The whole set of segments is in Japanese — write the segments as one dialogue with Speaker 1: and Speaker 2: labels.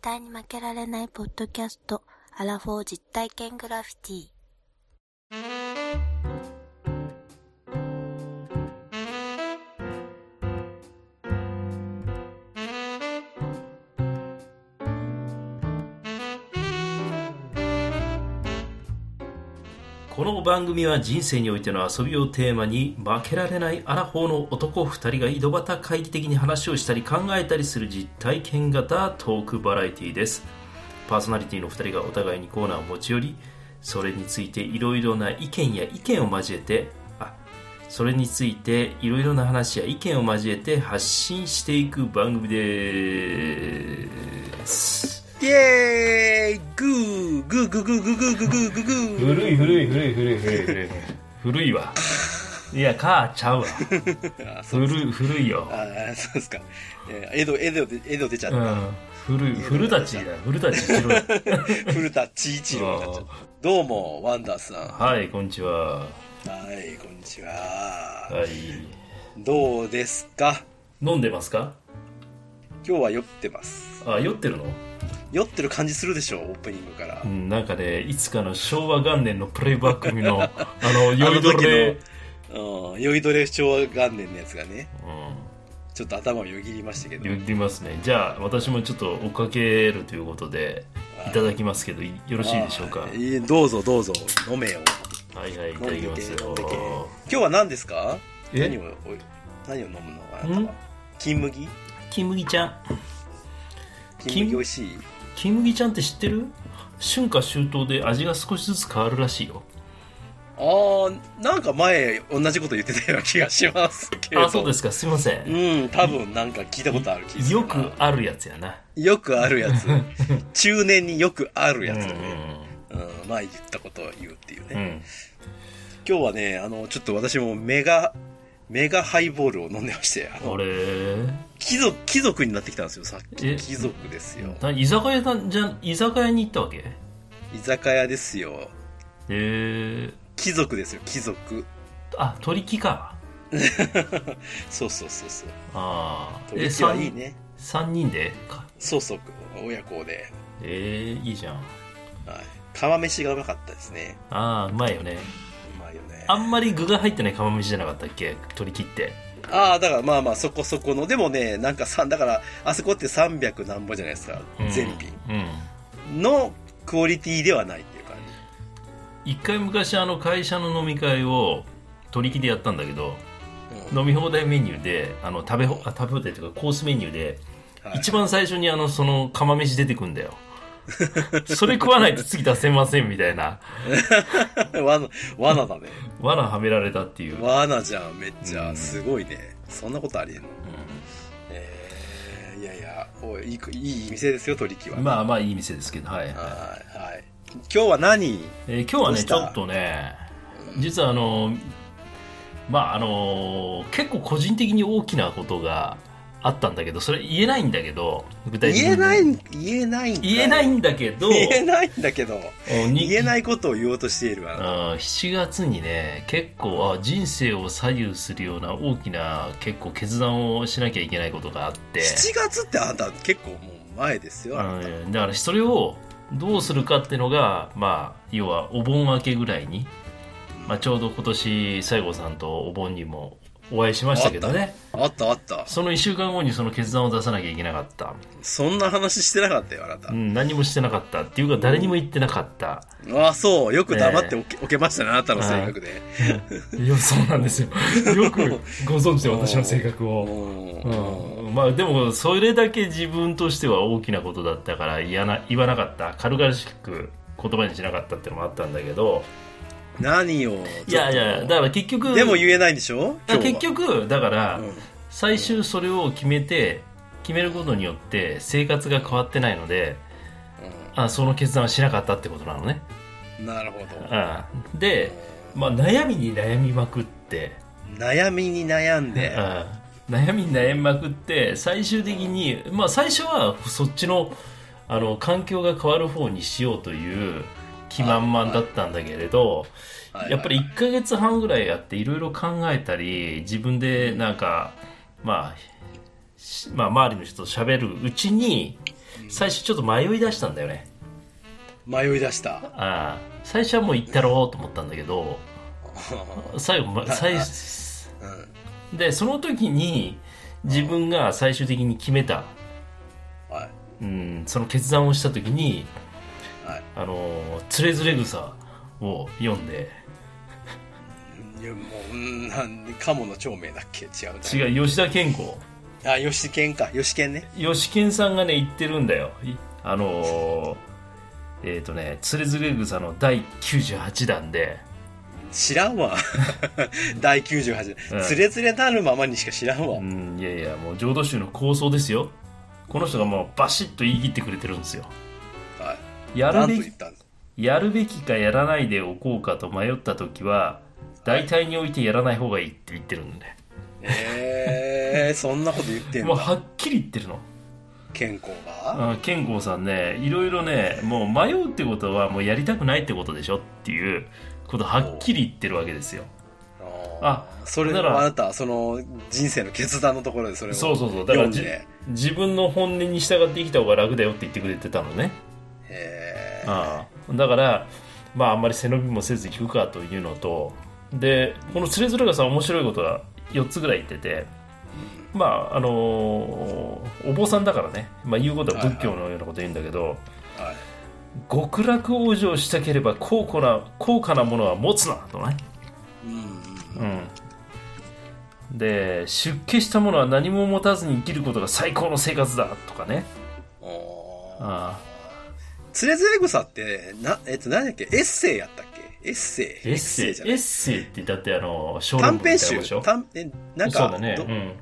Speaker 1: 対に負けられないポッドキャスト、アラフォー実体験グラフィティ。
Speaker 2: この番組は人生においての遊びをテーマに負けられないアラフォーの男2人が井戸端会議的に話をしたり考えたりする実体験型トークバラエティですパーソナリティの2人がお互いにコーナーを持ち寄りそれについていろいろな意見や意見を交えてあそれについていろいろな話や意見を交えて発信していく番組です
Speaker 3: イエーイグーグーグーグーグーグーグーグーグーグー
Speaker 2: 古い古い古い古い古い古い古いわいや母ちゃうわ古い古いよ、
Speaker 3: ああ、そうですか。えー、江戸、江戸で、江戸出ちゃっ
Speaker 2: う
Speaker 3: た。
Speaker 2: ん、古い古立ちだ古立ち一郎
Speaker 3: 古田ちいちろうになっちゃった。どうも、ワンダーさん。は
Speaker 2: はいこんにちは、
Speaker 3: い、こんにちは。
Speaker 2: はい、
Speaker 3: どうですか
Speaker 2: 飲んでますか
Speaker 3: 今日は酔ってます。
Speaker 2: あ酔ってるの、
Speaker 3: 酔ってる感じするでしょ、オープニングから
Speaker 2: う。ん、なんかねいつかの昭和元年のプレイバック組のあの 酔いどれ、
Speaker 3: うん、酔いどれ昭和元年のやつがね、
Speaker 2: う
Speaker 3: ちょっと頭をよぎりましたけど。
Speaker 2: ん、言りますねじゃあ私もちょっと追っかけるということでいただきますけどいよろしいでしょうか
Speaker 3: あーいいどうぞどうぞ、飲めよ。
Speaker 2: はいはいいただきます
Speaker 3: 飲んでけ飲んで
Speaker 2: よ
Speaker 3: 今日は何ですか
Speaker 2: え
Speaker 3: 何を、おい何を飲むのあなた
Speaker 2: ん
Speaker 3: は。金麦
Speaker 2: 金麦ちゃん
Speaker 3: 金麦美味しい
Speaker 2: 金麦ちゃんって知ってる春夏秋冬で味が少しずつ変わるらしいよ
Speaker 3: あーなんか前同じこと言ってたような気がしますけれど
Speaker 2: あそうですすかすいません
Speaker 3: うん多分なんか聞いたことある気がする
Speaker 2: よ
Speaker 3: な
Speaker 2: くあるやつやな
Speaker 3: よくあるや つ中年によくあるやつだね、
Speaker 2: う
Speaker 3: うん前言ったことを言うっていうね、
Speaker 2: んうん
Speaker 3: 今日はねあのちょっと私もメガメガハイボールを飲んでましてあの
Speaker 2: 俺
Speaker 3: 貴族貴族になってきたんですよさっき
Speaker 2: え
Speaker 3: 貴族ですよ
Speaker 2: な居酒屋だじゃ居酒屋に行ったわけへ
Speaker 3: 居酒屋ですよ
Speaker 2: え
Speaker 3: 貴族ですよ貴族
Speaker 2: あ取引か
Speaker 3: そうそうそうそう
Speaker 2: ああ
Speaker 3: 取引はいいね
Speaker 2: 3人でか
Speaker 3: そうそう親子で
Speaker 2: えー、いいじゃん
Speaker 3: はい。釜飯がうまかったですね。
Speaker 2: ああうまいよね
Speaker 3: うまいよね。
Speaker 2: あ
Speaker 3: あ
Speaker 2: んまり具が入ってない釜飯じゃなかったっけ取り切って
Speaker 3: あー、だからまあまあそこそこの、でもね、なんかさ、だから、あそこって300何本じゃないですか
Speaker 2: うん。
Speaker 3: 全品。
Speaker 2: うん
Speaker 3: のクオリティではないっていう感じ。
Speaker 2: 一回昔あの会社の飲み会を取り木でやったんだけど
Speaker 3: うん
Speaker 2: 飲み放題メニューであの食べほあ食べ放題というかコースメニューで、
Speaker 3: はい
Speaker 2: 一番最初にあのその釜飯出てくんだよそれ食わないと次出せませんみたいな
Speaker 3: 罠、罠だね。
Speaker 2: 罠はめられたっていう、うん
Speaker 3: 罠じゃん、めっち
Speaker 2: う
Speaker 3: ゃ。
Speaker 2: ん
Speaker 3: すごいね。そんなことありえんの。えー、いやいや、おいいいこ、いい店ですよ、取引は。
Speaker 2: まあまあいい店ですけどはい、
Speaker 3: はい、はい。今日は何
Speaker 2: えー今日は
Speaker 3: どう
Speaker 2: ね
Speaker 3: し
Speaker 2: ち
Speaker 3: た
Speaker 2: ょっとね実はあのまああの結構個人的に大きなことがあったんだけどそれ言えないんだけど具体的に
Speaker 3: 言えない、言えないんだ
Speaker 2: 言えないんだけど
Speaker 3: 言えないんだけど。
Speaker 2: おに
Speaker 3: 言えないことを言おうとしているわ。
Speaker 2: あー7月にね結構あ人生を左右するような大きな結構決断をしなきゃいけないことがあって
Speaker 3: 7月ってあんた結構もう前ですよ。あなた
Speaker 2: うんだからそれをどうするかっていうのがまあ要はお盆明けぐらいに、まあ、ちょうど今年西郷さんとお盆にもお会いしましたけどね
Speaker 3: あったあった。
Speaker 2: その1週間後にその決断を出さなきゃいけなかった、
Speaker 3: そんな話してなかったよ、あな
Speaker 2: う。
Speaker 3: た
Speaker 2: ん、何もしてなかったっていうか誰にも言ってなかった、
Speaker 3: ああ、そう。よく黙っておけ,、おけましたね、あなたの性格で。
Speaker 2: いやそうなんですよよくご存知で私の性格
Speaker 3: う
Speaker 2: を。
Speaker 3: ん
Speaker 2: うんまあでもそれだけ自分としては大きなことだったから言な言わなかった軽々しく言葉にしなかったってのもあったんだけど
Speaker 3: 何を。
Speaker 2: いやいやだから結局
Speaker 3: でも言えないんでしょ
Speaker 2: あ結。局だから
Speaker 3: 今日は
Speaker 2: 最終それを決めて決めることによって生活が変わってないのであその決断はしなかったってことなのね、
Speaker 3: うんうんなるほど。
Speaker 2: うん、で、まあ、悩みに悩みまくって、
Speaker 3: 悩みに悩んで。
Speaker 2: うん、悩みに悩みまくって最終的に、まあ、最初はそっちのあの環境が変わる方にしようという気満々だったんだけれど、
Speaker 3: はい
Speaker 2: やっぱり1ヶ月半ぐらいやっていろいろ考えたり自分でなんか、まあ、しまあ周りの人と喋るうちに最初ちょっと迷い出したんだよね
Speaker 3: 迷い出した。
Speaker 2: ああ最初はもう行ったろうと思ったんだけ ど最後、ま、最
Speaker 3: うん、
Speaker 2: でその時に自分が最終的に決めた、
Speaker 3: はい。
Speaker 2: うん、その決断をした時に
Speaker 3: はい
Speaker 2: 「あのつれづれ草」を読んで
Speaker 3: いや、もう、うんなん、鴨の長命だっけ違うな。
Speaker 2: 違う吉田健吾
Speaker 3: あ、吉健か。吉健ね。
Speaker 2: 吉健さんがね言ってるんだよいあのーえっ、とね「つれづれ草」の第98弾で
Speaker 3: 知ら んわ。第98
Speaker 2: うん
Speaker 3: つれつれなるままにしか知らんわ。
Speaker 2: うんいやいやもう浄土宗の構想ですよこの人がもうバシッと言い切ってくれてるんですよ
Speaker 3: はい。
Speaker 2: や
Speaker 3: な
Speaker 2: るべ
Speaker 3: んと言
Speaker 2: き
Speaker 3: ったんです
Speaker 2: やるべきかやらないでおこうかと迷った時は大体においてやらない方がいいって言ってるんで
Speaker 3: えー、そんなこと言ってん
Speaker 2: もう
Speaker 3: の
Speaker 2: はっきり言ってるの
Speaker 3: 健康が
Speaker 2: あ健吾さんねいろいろねもう迷うってことはもうやりたくないってことでしょっていうことはっきり言ってるわけですよあ
Speaker 3: あーそれ
Speaker 2: なら
Speaker 3: はあなた、その人生の決断のところでそれを
Speaker 2: そう
Speaker 3: 読
Speaker 2: そうそうだから
Speaker 3: ん
Speaker 2: じ
Speaker 3: で。
Speaker 2: 自分の本音に従って生きた方が楽だよって言ってくれてたのね
Speaker 3: えー
Speaker 2: ああだからまああんまり背伸びもせず行くかというのとでこの「つれづれがさ面白いことが4つぐらい言っててまああのーお坊さんだからね、まあ、言うことは仏教のようなこと言うんだけど、
Speaker 3: はい
Speaker 2: 極楽往生したければ高価な高価なものは持つなとね、
Speaker 3: うん
Speaker 2: うん、で出家したものは何も持たずに生きることが最高の生活だとかね
Speaker 3: うんおー
Speaker 2: あ
Speaker 3: つれずれ草って、な、えっと、何だっけエッセイやったっけエッセ
Speaker 2: あ
Speaker 3: イ。
Speaker 2: エッセイエ
Speaker 3: じゃない
Speaker 2: ッセイってだってあの小
Speaker 3: 短
Speaker 2: 論文
Speaker 3: 編
Speaker 2: みたいなもんでし
Speaker 3: 集
Speaker 2: ょ
Speaker 3: 短えなんか
Speaker 2: そうだね
Speaker 3: ど
Speaker 2: うん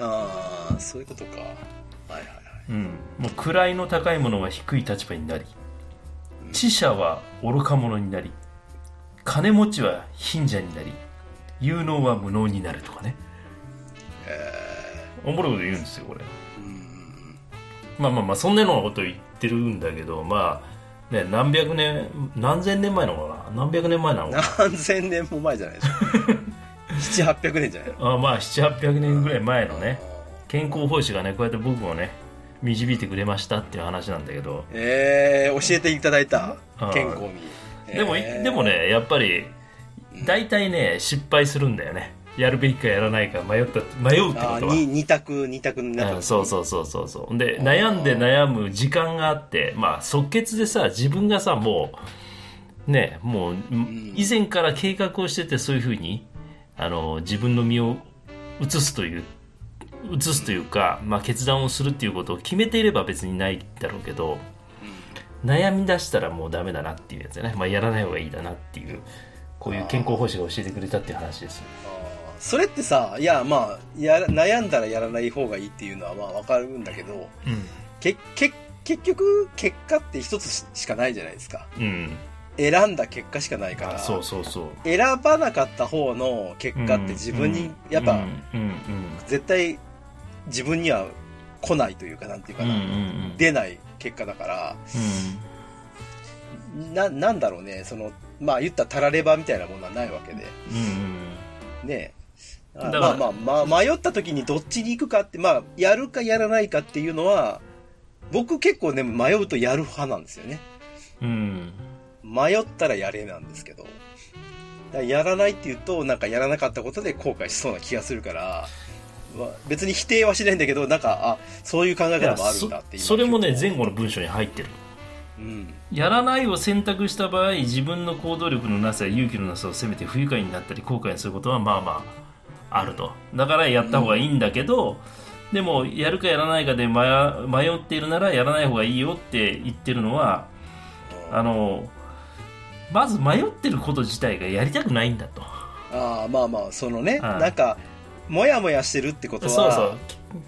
Speaker 3: ああそういうことかはいはいはい
Speaker 2: うん、もう位の高いものは低い立場になり知者は愚か者になり金持ちは貧者になり有能は無能になるとかね
Speaker 3: え
Speaker 2: おもろいこと言うんですよこれ
Speaker 3: ー、うん
Speaker 2: まあまあまあそんなようなこと言ってるんだけどまあね何百年何千年前なのかな何百年前なのかな
Speaker 3: 何千年も前じゃ ないでしょ7800年じゃないの
Speaker 2: あまあ700800年ぐらい前のね健康奉仕がねこうやって僕をね導いてくれましたっていう話なんだけど
Speaker 3: えー、教えていただいた
Speaker 2: うん
Speaker 3: 健康に、
Speaker 2: でも、
Speaker 3: えー
Speaker 2: でもねやっぱり大体ね失敗するんだよねやるべきかやらないか迷った迷うってこ
Speaker 3: あ
Speaker 2: と
Speaker 3: ー
Speaker 2: は
Speaker 3: に二択二択になった
Speaker 2: うんそう
Speaker 3: う
Speaker 2: そうそうそうそうで悩んで悩む時間があってまあ即決でさ自分がさもうねもう以前から計画をしててそういうふうにあの自分の身を移すという移すというか、まあ、決断をするっていうことを決めていれば別にないだろうけど悩み出したらもうダメだなっていうやつだね、まあ、やらない方がいいだなっていうこういう健康方針が教えてくれたっていう話です
Speaker 3: それってさいやまあやら悩んだらやらない方がいいっていうのはまあわかるんだけどけけ結局結果って一つししかないじゃないですか
Speaker 2: うん、うん、
Speaker 3: 選んだ結果しかないから
Speaker 2: あそうそうそう
Speaker 3: 選ばなかった方の結果って自分にやっ
Speaker 2: うん
Speaker 3: ぱ
Speaker 2: うんうん
Speaker 3: 絶対自分には来ないというかなんていう
Speaker 2: う
Speaker 3: か
Speaker 2: んうんう
Speaker 3: な、
Speaker 2: んうん
Speaker 3: 出ない結果だから
Speaker 2: う
Speaker 3: ななんだろうねそのまあ言ったらたらればみたいなものはないわけ
Speaker 2: ん
Speaker 3: で
Speaker 2: うん
Speaker 3: ね
Speaker 2: だ
Speaker 3: あ
Speaker 2: から
Speaker 3: まあまあ、まあ、迷った時にどっちに行くかってまあやるかやらないかっていうのは僕結構ね迷うとやる派なんですよね
Speaker 2: うんうん
Speaker 3: 迷ったらやれなんですけどだからやらないっていうとなんかやらなかったことで後悔しそうな気がするからまあ別に否定はしないんだけどなんかあそういう考え
Speaker 2: だから
Speaker 3: 方もあるんだって
Speaker 2: そ
Speaker 3: い
Speaker 2: そ
Speaker 3: う
Speaker 2: れもね
Speaker 3: 結構
Speaker 2: 前後の文章に入ってる
Speaker 3: うん
Speaker 2: やらないを選択した場合自分の行動力のなさや勇気のなさを責めて不愉快になったり後悔にすることはまあまああるとだからやった方がいいんだけど、でもやるかやらないかで迷迷っているならやらない方がいいよって言ってるのはあのまず迷ってること自体がやりたくないんだと
Speaker 3: あーまあまあそのね
Speaker 2: はい
Speaker 3: なんかもやもやしてるってことは
Speaker 2: そうそう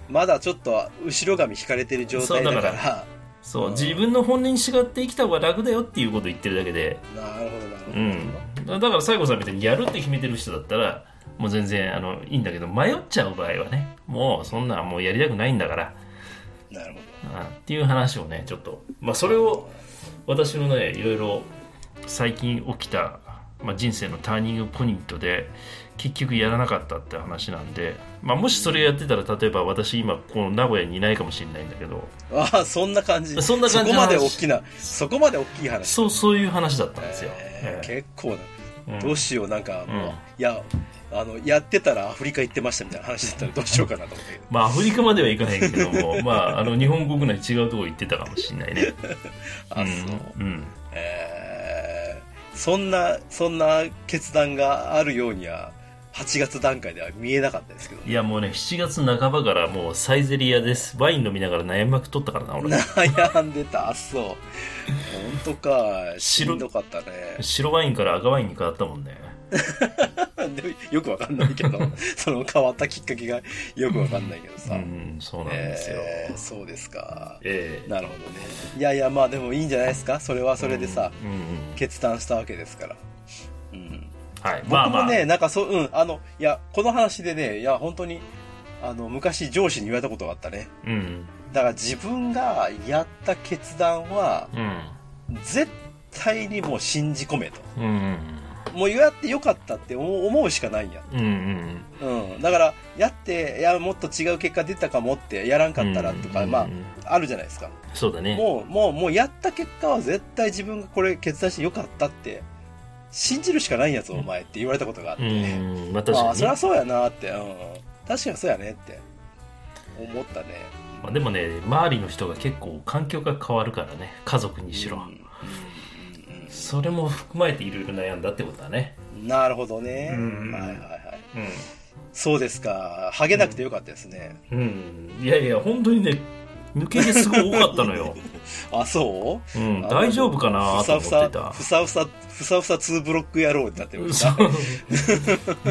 Speaker 3: まだちょっと後ろ髪引かれてる状態だから
Speaker 2: そうだそう
Speaker 3: うん
Speaker 2: 自分の本音に従って生きた方が楽だよっていうことを言ってるだけで
Speaker 3: なるほどなるほど、
Speaker 2: うん、だから西郷さんみたいにやるって決めてる人だったらもう全然あのいいんだけど迷っちゃう場合はねもうそんなんもうやりたくないんだから、
Speaker 3: なるほ
Speaker 2: うんっていう話をねちょっと、まあ、それを私のねいろいろ最近起きたまあ、人生のターニングポイントで結局やらなかったって話なんで、まあ、もしそれやってたら例えば私今この名古屋にいないかもしれないんだけど
Speaker 3: ああ、そんな感じ。
Speaker 2: そんな感じの
Speaker 3: そこま
Speaker 2: 話
Speaker 3: で大きな、そこまで大きい話。
Speaker 2: そうそういう話だったんですよ。
Speaker 3: えー
Speaker 2: え
Speaker 3: 結構な、
Speaker 2: えうん
Speaker 3: どうしよう、なんか、もう
Speaker 2: うん
Speaker 3: いや、あの、やってたらアフリカ行ってましたみたいな話だったらどうしようかなと思って。
Speaker 2: まあアフリカまではいかないけども まああの日本国内違うとこ行ってたかもしれないね。
Speaker 3: あ、
Speaker 2: ん
Speaker 3: そう。
Speaker 2: うん
Speaker 3: えーそんな、そんな決断があるようには、8月段階では見えなかったですけどね。
Speaker 2: いやもうね7月半ばからもうサイゼリアですワイン飲みながら悩みまくっとったからな 俺
Speaker 3: 悩んでた、あ、そう。本当か、しんどかったね。
Speaker 2: 白ワインから赤ワインに変わったもんね
Speaker 3: でもよくわかんないけど、 その変わったきっかけがよくわかんないけど
Speaker 2: う
Speaker 3: さ。
Speaker 2: んそうなんですよ
Speaker 3: えーそうですか。
Speaker 2: ええ
Speaker 3: なるほどね。いやいや、まあでもいいんじゃないですか。それはそれでさ、
Speaker 2: うんうんうん
Speaker 3: 決断したわけですから。うん。
Speaker 2: はい
Speaker 3: 僕
Speaker 2: まあま
Speaker 3: も
Speaker 2: あ
Speaker 3: ね、なんかそう、うん、あの、いや、この話でね、いや、本当に、あの、昔上司に言われたことがあったね。
Speaker 2: うん
Speaker 3: だから自分がやった決断は、
Speaker 2: うん
Speaker 3: 絶対にもう信じ込めと。
Speaker 2: うんうん
Speaker 3: もうやってよかったって思う思うしかないんや。
Speaker 2: うんうん
Speaker 3: うん。だから、やって、いや、もっと違う結果出たかもって、やらんかったらとか、
Speaker 2: うん
Speaker 3: まあ、あるじゃないですか。
Speaker 2: そうだね
Speaker 3: もう、もう、もうやった結果は絶対自分がこれ決断してよかったって、信じるしかないんやぞ、お前って言われたことがあって。
Speaker 2: うんまあ確
Speaker 3: あ
Speaker 2: か
Speaker 3: あ、
Speaker 2: に
Speaker 3: そ
Speaker 2: ね
Speaker 3: りゃそうやなって、うん。確かにそうやねって、思ったね。
Speaker 2: まあでもね周りの人が結構環境が変わるからね家族にしろ
Speaker 3: うんうんうん
Speaker 2: それも含まれていろいろ悩んだってことだね
Speaker 3: うんなるほどね。
Speaker 2: うん
Speaker 3: はいはいはい。
Speaker 2: うん
Speaker 3: そうですか。ハゲなくてよかったですね。
Speaker 2: うん、いやいや、本当にね、抜け毛すごい多かったのよ。
Speaker 3: あ、そう
Speaker 2: うん、大丈夫かなと思ってた。
Speaker 3: ふさふさ、ふさふさ2ブロック野郎になってる
Speaker 2: そう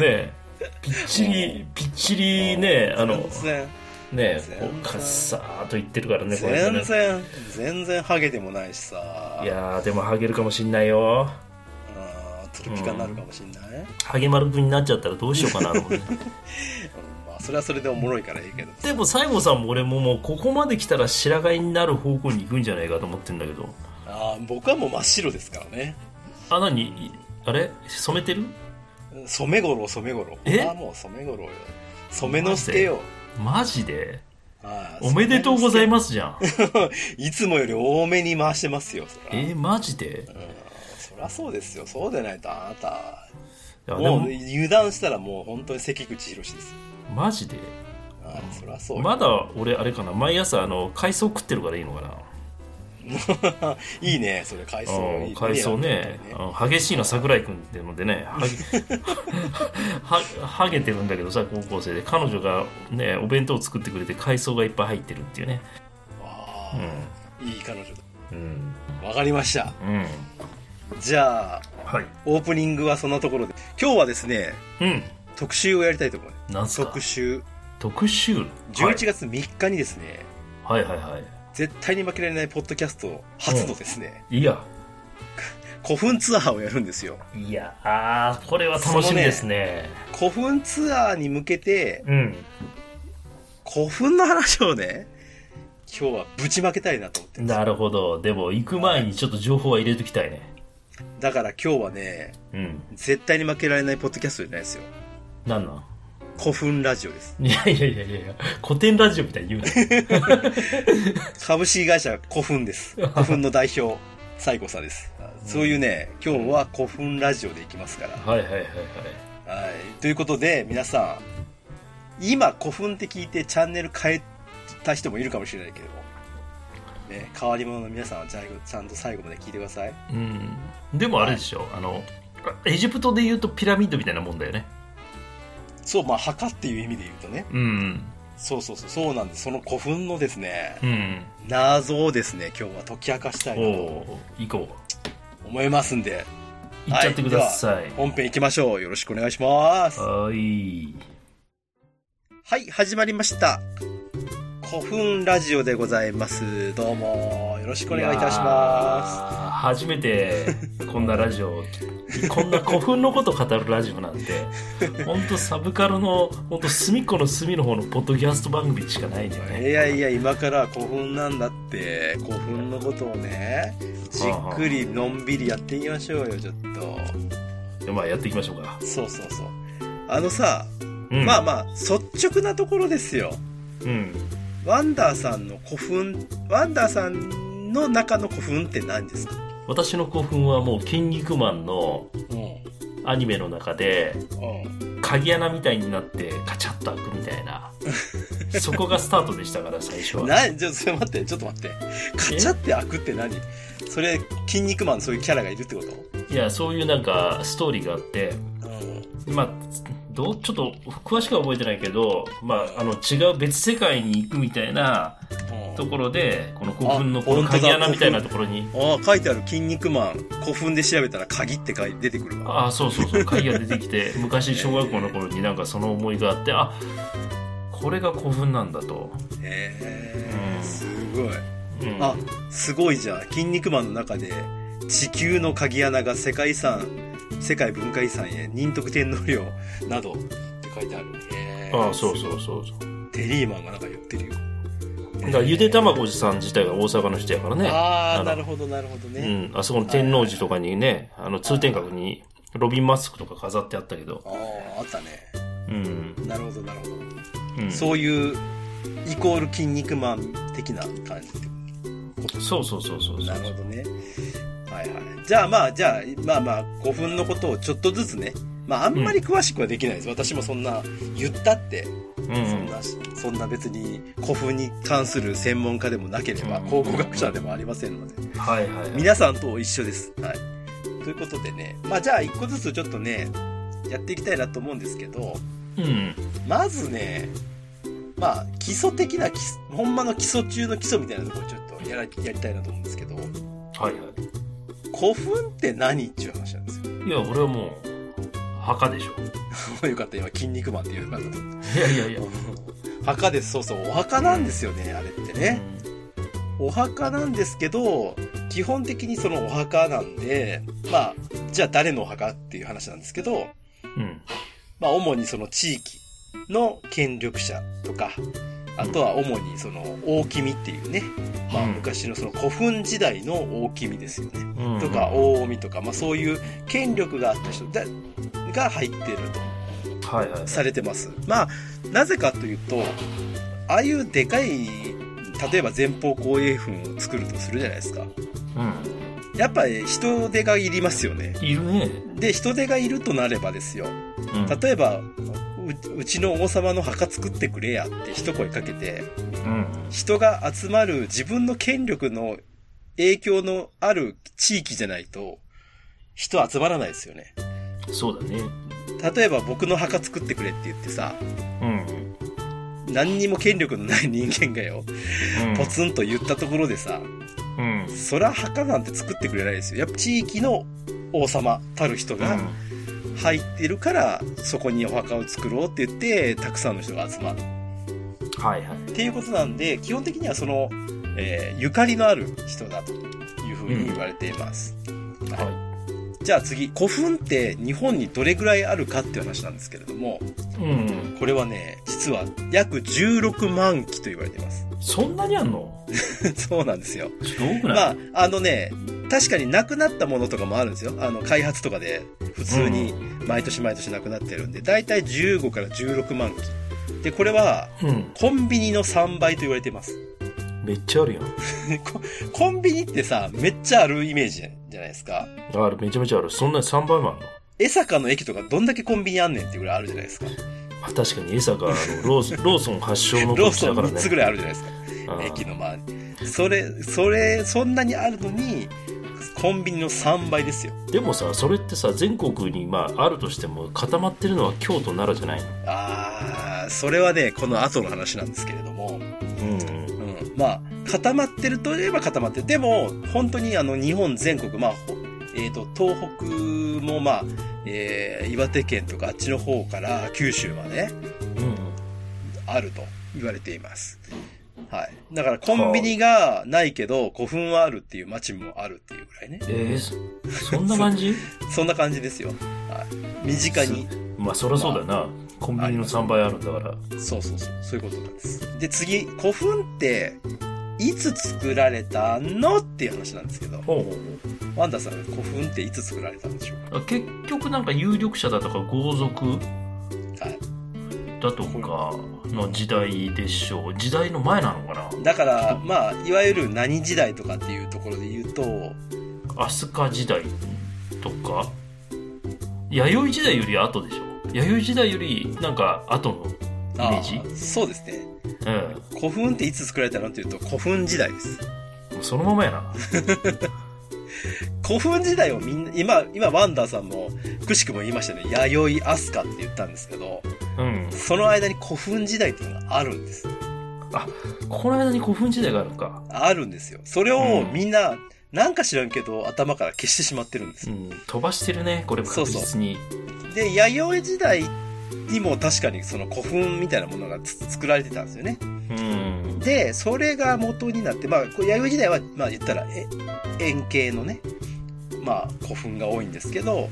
Speaker 2: ねえぴっちり、ぴっちりね、あの、
Speaker 3: 全然、
Speaker 2: ね
Speaker 3: 全然
Speaker 2: こうカッサーっといってるからね、これね
Speaker 3: 全然、全然ハゲでもないしさ。
Speaker 2: いやー、でもハゲるかもしんないよ。
Speaker 3: うんトルピカになるかもしんない、うん
Speaker 2: ハゲ丸くんになっちゃったらどうしようかなと思って。
Speaker 3: まあそれはそれでおもろいからいいけど
Speaker 2: でも、西郷さんも俺ももう、ここまで来たら白髪になる方向に行くんじゃないかと思ってんだけど。
Speaker 3: ああ僕はもう真っ白ですからね
Speaker 2: あ、なに、あれ染めてる
Speaker 3: 染五郎染五郎
Speaker 2: え
Speaker 3: ああもう染五郎よ染之助よ
Speaker 2: マジで
Speaker 3: ああ
Speaker 2: おめでとうござい
Speaker 3: ま
Speaker 2: ますじゃん。
Speaker 3: すいつもより多めに回してますよそら、
Speaker 2: えー、マジで
Speaker 3: うん、そりゃそうですよそうでないとあなた
Speaker 2: いやで
Speaker 3: もう
Speaker 2: も
Speaker 3: 油断したらもう本当に関口宏ですよ
Speaker 2: マジで
Speaker 3: ああそりゃそうよ
Speaker 2: まだ俺あれかな毎朝あの海藻食ってるからいいのかない
Speaker 3: いねそれ海藻
Speaker 2: うん
Speaker 3: いい
Speaker 2: 海藻ね
Speaker 3: 本当に
Speaker 2: うん激しいの桜井君ってのでねは げははげてるんだけどさ高校生で彼女がねお弁当を作ってくれて海藻がいっぱい入ってるっていうね
Speaker 3: あ
Speaker 2: う
Speaker 3: あいい彼女
Speaker 2: ん
Speaker 3: だわかりました
Speaker 2: うん、うん、
Speaker 3: じゃあ
Speaker 2: はい
Speaker 3: オープニングはそんなところで今日はですね
Speaker 2: うん
Speaker 3: 特集をやりたいと思いま
Speaker 2: なん
Speaker 3: す
Speaker 2: すか
Speaker 3: 特集
Speaker 2: 特集
Speaker 3: 11月3日にですね、
Speaker 2: はい、はいはいは
Speaker 3: 絶対に負けられないポッドキャスト初のですね、
Speaker 2: いいや
Speaker 3: 古墳ツアーをやるんですよ
Speaker 2: いやあーこれは楽しみですね
Speaker 3: 古墳ツアーに向けて
Speaker 2: うん
Speaker 3: 古墳の話をね今日はぶちまけたいなと思ってるんです
Speaker 2: なるほどでも行く前にちょっと情報は入れときたいね
Speaker 3: だから今日はね
Speaker 2: うん
Speaker 3: 絶対に負けられないポッドキャストじゃないですよ
Speaker 2: なんなん
Speaker 3: 古墳ラジオです
Speaker 2: いやいやいやいやいや古典ラジオみたいに言うな
Speaker 3: 株式会社古墳です古墳の代表西郷さんですそういうね今日は古墳ラジオでいきますから
Speaker 2: はいはいはいはい
Speaker 3: はい。ということで、皆さん、今、古墳って聞いてチャンネル変えた人もいるかもしれないけど、ね、変わり者の皆さんはちゃんちゃんと最後まで聞いてください。
Speaker 2: うんでもあれでしょ、あのエジプトで言うとピラミッドみたいなもんだよね
Speaker 3: そう、まあ、墓っていう意味で言うとね、
Speaker 2: うん
Speaker 3: そうそうそう、そうなんです。その古墳のですね、
Speaker 2: うん
Speaker 3: 謎をですね、今日は解き明かしたい
Speaker 2: お
Speaker 3: なと
Speaker 2: おー行こ
Speaker 3: 思いますんで、
Speaker 2: う行っちゃってください
Speaker 3: 本編行きましょう。よろしくお願いします。
Speaker 2: はーい
Speaker 3: はい、始まりました。古墳ラジオでございます。どうも、よろしくお願いいたします。
Speaker 2: す初めてこんなラジオこんな古墳のこと語るラジオなん て本当サブカルの本当隅っこの隅の方のポッドキャスト番組しかないんだよね
Speaker 3: いやいや今から古墳なんだって古墳のことをねじっくりのんびりやっていきましょうよちょっと
Speaker 2: まあやっていきましょうか。
Speaker 3: そうそうそう。あのさ、
Speaker 2: うん、
Speaker 3: まあまあ、率直なところですよ。
Speaker 2: うん。
Speaker 3: ワンダーさんの古墳、ワンダーさんの中の古墳って何ですか
Speaker 2: 私の興奮はもう、筋肉マンの
Speaker 3: うん。
Speaker 2: アニメの中で、
Speaker 3: うん。
Speaker 2: 鍵穴みたいになって、カチャッと開くみたい な。そこがスタートでしたから、最初は。
Speaker 3: なちょっと待って、ちょっと待って。カチャって開くって何それ、筋肉マンそういうキャラがいるってこと
Speaker 2: いや、そういうなんか、ストーリーがあって、
Speaker 3: うん。
Speaker 2: まあ、どうちょっと詳しくは覚えてないけど、まあ、あの違う別世界に行くみたいなところでこの古墳の
Speaker 3: あ
Speaker 2: この
Speaker 3: 本当だ
Speaker 2: 鍵穴みたいなところに
Speaker 3: ああ、書いてある筋肉マン。古墳で調べたら鍵って書いて出てくるわ。
Speaker 2: ああそうそうそう鍵が出てきて昔小学校の頃になんかその思いがあってあこれが古墳なんだと、
Speaker 3: へ
Speaker 2: う
Speaker 3: え、
Speaker 2: ん
Speaker 3: すごい。
Speaker 2: うん、
Speaker 3: あ、すごいじゃん。筋肉マンの中で、地球の鍵穴が世界遺産、世界文化遺産へ、忍徳天皇陵などって書いてある。へー
Speaker 2: あそうそうそうそう
Speaker 3: テリーマンがなんか言ってるよ。
Speaker 2: だからゆでたまごさん自体が大阪の人やからね
Speaker 3: あ
Speaker 2: あ
Speaker 3: あ、
Speaker 2: の
Speaker 3: なるほど、なるほど
Speaker 2: う
Speaker 3: ね。
Speaker 2: ん、あそこの天王寺とかにねあの通天閣にロビンマスクとか飾ってあったけど、
Speaker 3: ああ、あったね。
Speaker 2: うん
Speaker 3: なるほど、なるほど。
Speaker 2: うん、
Speaker 3: そういう、イコール筋肉マン的な感じって
Speaker 2: そうそうそうそうそ
Speaker 3: な
Speaker 2: う
Speaker 3: るほどね。はいはい。じゃあまあ、じゃあ、まあまあ、古墳のことをちょっとずつね。まあ、あんまり詳しくはできないです。私もそんな、言ったって、
Speaker 2: うん
Speaker 3: そ
Speaker 2: うん
Speaker 3: んな、そんな別に古墳に関する専門家でもなければ、
Speaker 2: うん
Speaker 3: 考古学者でもありませんので、
Speaker 2: はいはいはい
Speaker 3: 皆さんと一緒です。はい。ということでね、まあじゃあ一個ずつちょっとね、やっていきたいなと思うんですけど、
Speaker 2: うん
Speaker 3: まずね、まあ、基礎的な基礎、ほんまの基礎中の基礎みたいなところをちょっとやらやりたいなと思うんですけど、
Speaker 2: はいは
Speaker 3: 古墳って何っていう話なんですよ。
Speaker 2: いいや俺はもう墓でしょ
Speaker 3: よかった、今、筋肉マンって言うのかなと思っ
Speaker 2: いやいやいや、
Speaker 3: た。墓です、そうそう、お墓なんですよね、あれってね。お墓なんですけど、基本的にそのお墓なんで、まあ、じゃあ誰のお墓っていう話なんですけど、
Speaker 2: うん
Speaker 3: まあ、主にその地域の権力者とか、あとは主にその大君っていうね、まあ、
Speaker 2: うん
Speaker 3: 昔のその古墳時代の大君ですよね。
Speaker 2: うん
Speaker 3: とか、大臣とか、まあ、そういう権力があった人だが入ってると
Speaker 2: はいはい
Speaker 3: されてます。まあ、なぜかというと、ああいうでかい、例えば前方後円墳を作るとするじゃないですか。
Speaker 2: う
Speaker 3: やっぱり人手がいりますよね。
Speaker 2: んいるね
Speaker 3: で、人手がいるとなればですよ。
Speaker 2: うん
Speaker 3: 例えば、ううちの王様の墓作ってくれやって一声かけて、
Speaker 2: うん
Speaker 3: 人が集まる自分の権力の影響のある地域じゃないと、人集まらないですよね。
Speaker 2: そうだね
Speaker 3: 例えば僕の墓作ってくれって言ってさ、
Speaker 2: うん
Speaker 3: 何にも権力のない人間がよ、ポツンと言ったところでさ、
Speaker 2: うん
Speaker 3: そら墓なんて作ってくれないですよ。やっぱ地域の王様たる人が入ってるから、そこにお墓を作ろうって言って、たくさんの人が集まる。
Speaker 2: はいはい
Speaker 3: っていうことなんで、基本的にはその、えーゆかりのある人だというふうに言われています。
Speaker 2: は
Speaker 3: じゃあ次、古墳って日本にどれぐらいあるかっていう話なんですけれども、
Speaker 2: いうん
Speaker 3: これはね、実は約16万基と言われています。
Speaker 2: そんなにあんの
Speaker 3: そうなんですよ。
Speaker 2: ちょっと多くない、
Speaker 3: まあ、あのね、確かになくなったものとかもあるんですよ。あの、開発とかで普通に毎年毎年なくなってるんで、だいたい15から16万基。で、これは
Speaker 2: うん
Speaker 3: コンビニの3倍と言われています。
Speaker 2: めっちゃあるやん
Speaker 3: ココンビニってさ、めっちゃあるイメージじゃないですか。
Speaker 2: あるめちゃめちゃあるそんなに3倍もあるの
Speaker 3: 江坂の駅とかどんだけコンビニあんねんってぐらいあるじゃないですか。
Speaker 2: あ確かに江坂あのローソンローソン発祥の
Speaker 3: ロー
Speaker 2: 地
Speaker 3: ソ
Speaker 2: だ
Speaker 3: ン
Speaker 2: から
Speaker 3: 3
Speaker 2: ね
Speaker 3: つぐらいあるじゃないですか。駅の周り。それ、それ、そんなにあるのに、コンビニの3倍ですよ。
Speaker 2: うんでもさそれってさ全国に、まあ、あるとしても固まってるのは京都奈良じゃないの
Speaker 3: あー、それはね、この後の話なんですけれども、
Speaker 2: うん
Speaker 3: うん。まあ、固まってるといえば固まってる。でも、本当にあの、日本全国、まあ、ほえっ、と、東北もまあ、えー岩手県とかあっちの方から九州はね、
Speaker 2: うん
Speaker 3: あると言われています。はい。だからコンビニがないけど古墳はあるっていう街もあるっていうぐらいね。
Speaker 2: えー、そそんな感じ
Speaker 3: そんな感じですよ。はい。身近に。
Speaker 2: まあそりゃそうだよな、コンビニの3倍あるんだから
Speaker 3: そうそうそう。そういうことなんです。で、次、古墳って、いつ作られたのっていう話なんですけど、
Speaker 2: ほうほうほう
Speaker 3: ワンダさん古墳っていつ作られたんでしょう
Speaker 2: あ結局なんか有力者だとか豪族
Speaker 3: か、はい
Speaker 2: だとかの時代でしょう時代の前なのか
Speaker 3: だからまあいわゆる何時代とかっていうところで言うと
Speaker 2: な飛鳥時代とか弥生時代より後でしょ弥生時代よりなんか後のイメージ
Speaker 3: あそうですね
Speaker 2: うん
Speaker 3: 古墳っていつ作られたのっていうと古墳時代です
Speaker 2: もうそのままやな
Speaker 3: 古墳時代をみんな今今ワンダーさんもくしくも言いましたね弥生飛鳥って言ったんですけど
Speaker 2: うん
Speaker 3: その間に古墳時代っていうのがあるんです
Speaker 2: この間に古墳時代があるのか、
Speaker 3: あるんですよそれをみんな、なんか知らんけど頭から消してしまってるんです
Speaker 2: う
Speaker 3: よ
Speaker 2: ん、飛ばしてるねこれ
Speaker 3: そう
Speaker 2: 確
Speaker 3: そう
Speaker 2: 実に
Speaker 3: で弥生時代にも確かにその古墳みたいなものがつ作られてたんですよね
Speaker 2: うん
Speaker 3: でそれが元になってまあこう弥生時代はまあ言ったらえ円形のねまあ古墳が多いんですけど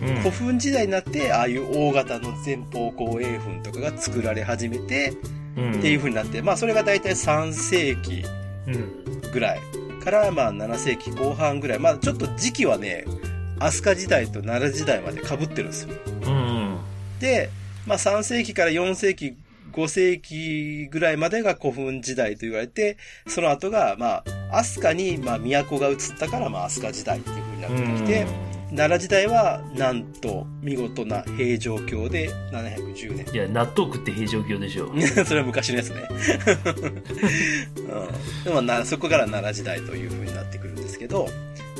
Speaker 2: うん
Speaker 3: 古墳時代になってああいう大型の前方後円墳とかが作られ始めて
Speaker 2: うん
Speaker 3: っていう風になってまあそれが大体3世紀
Speaker 2: うん
Speaker 3: ぐらいからまあ7世紀後半ぐらいまあちょっと時期はね飛鳥時代と奈良時代までかぶってるんですよ
Speaker 2: うん
Speaker 3: で、まあ、3世紀から4世紀5世紀ぐらいまでが古墳時代と言われてその後がまあ飛鳥にまあ都が移ったからまあ飛鳥時代っていう風になってきて、奈良時代はなんと見事な平城京で710年
Speaker 2: いや納豆食って平常業でしょ
Speaker 3: それは昔のやつね、 うん、でもなそこから奈良時代という風になってくるんですけど、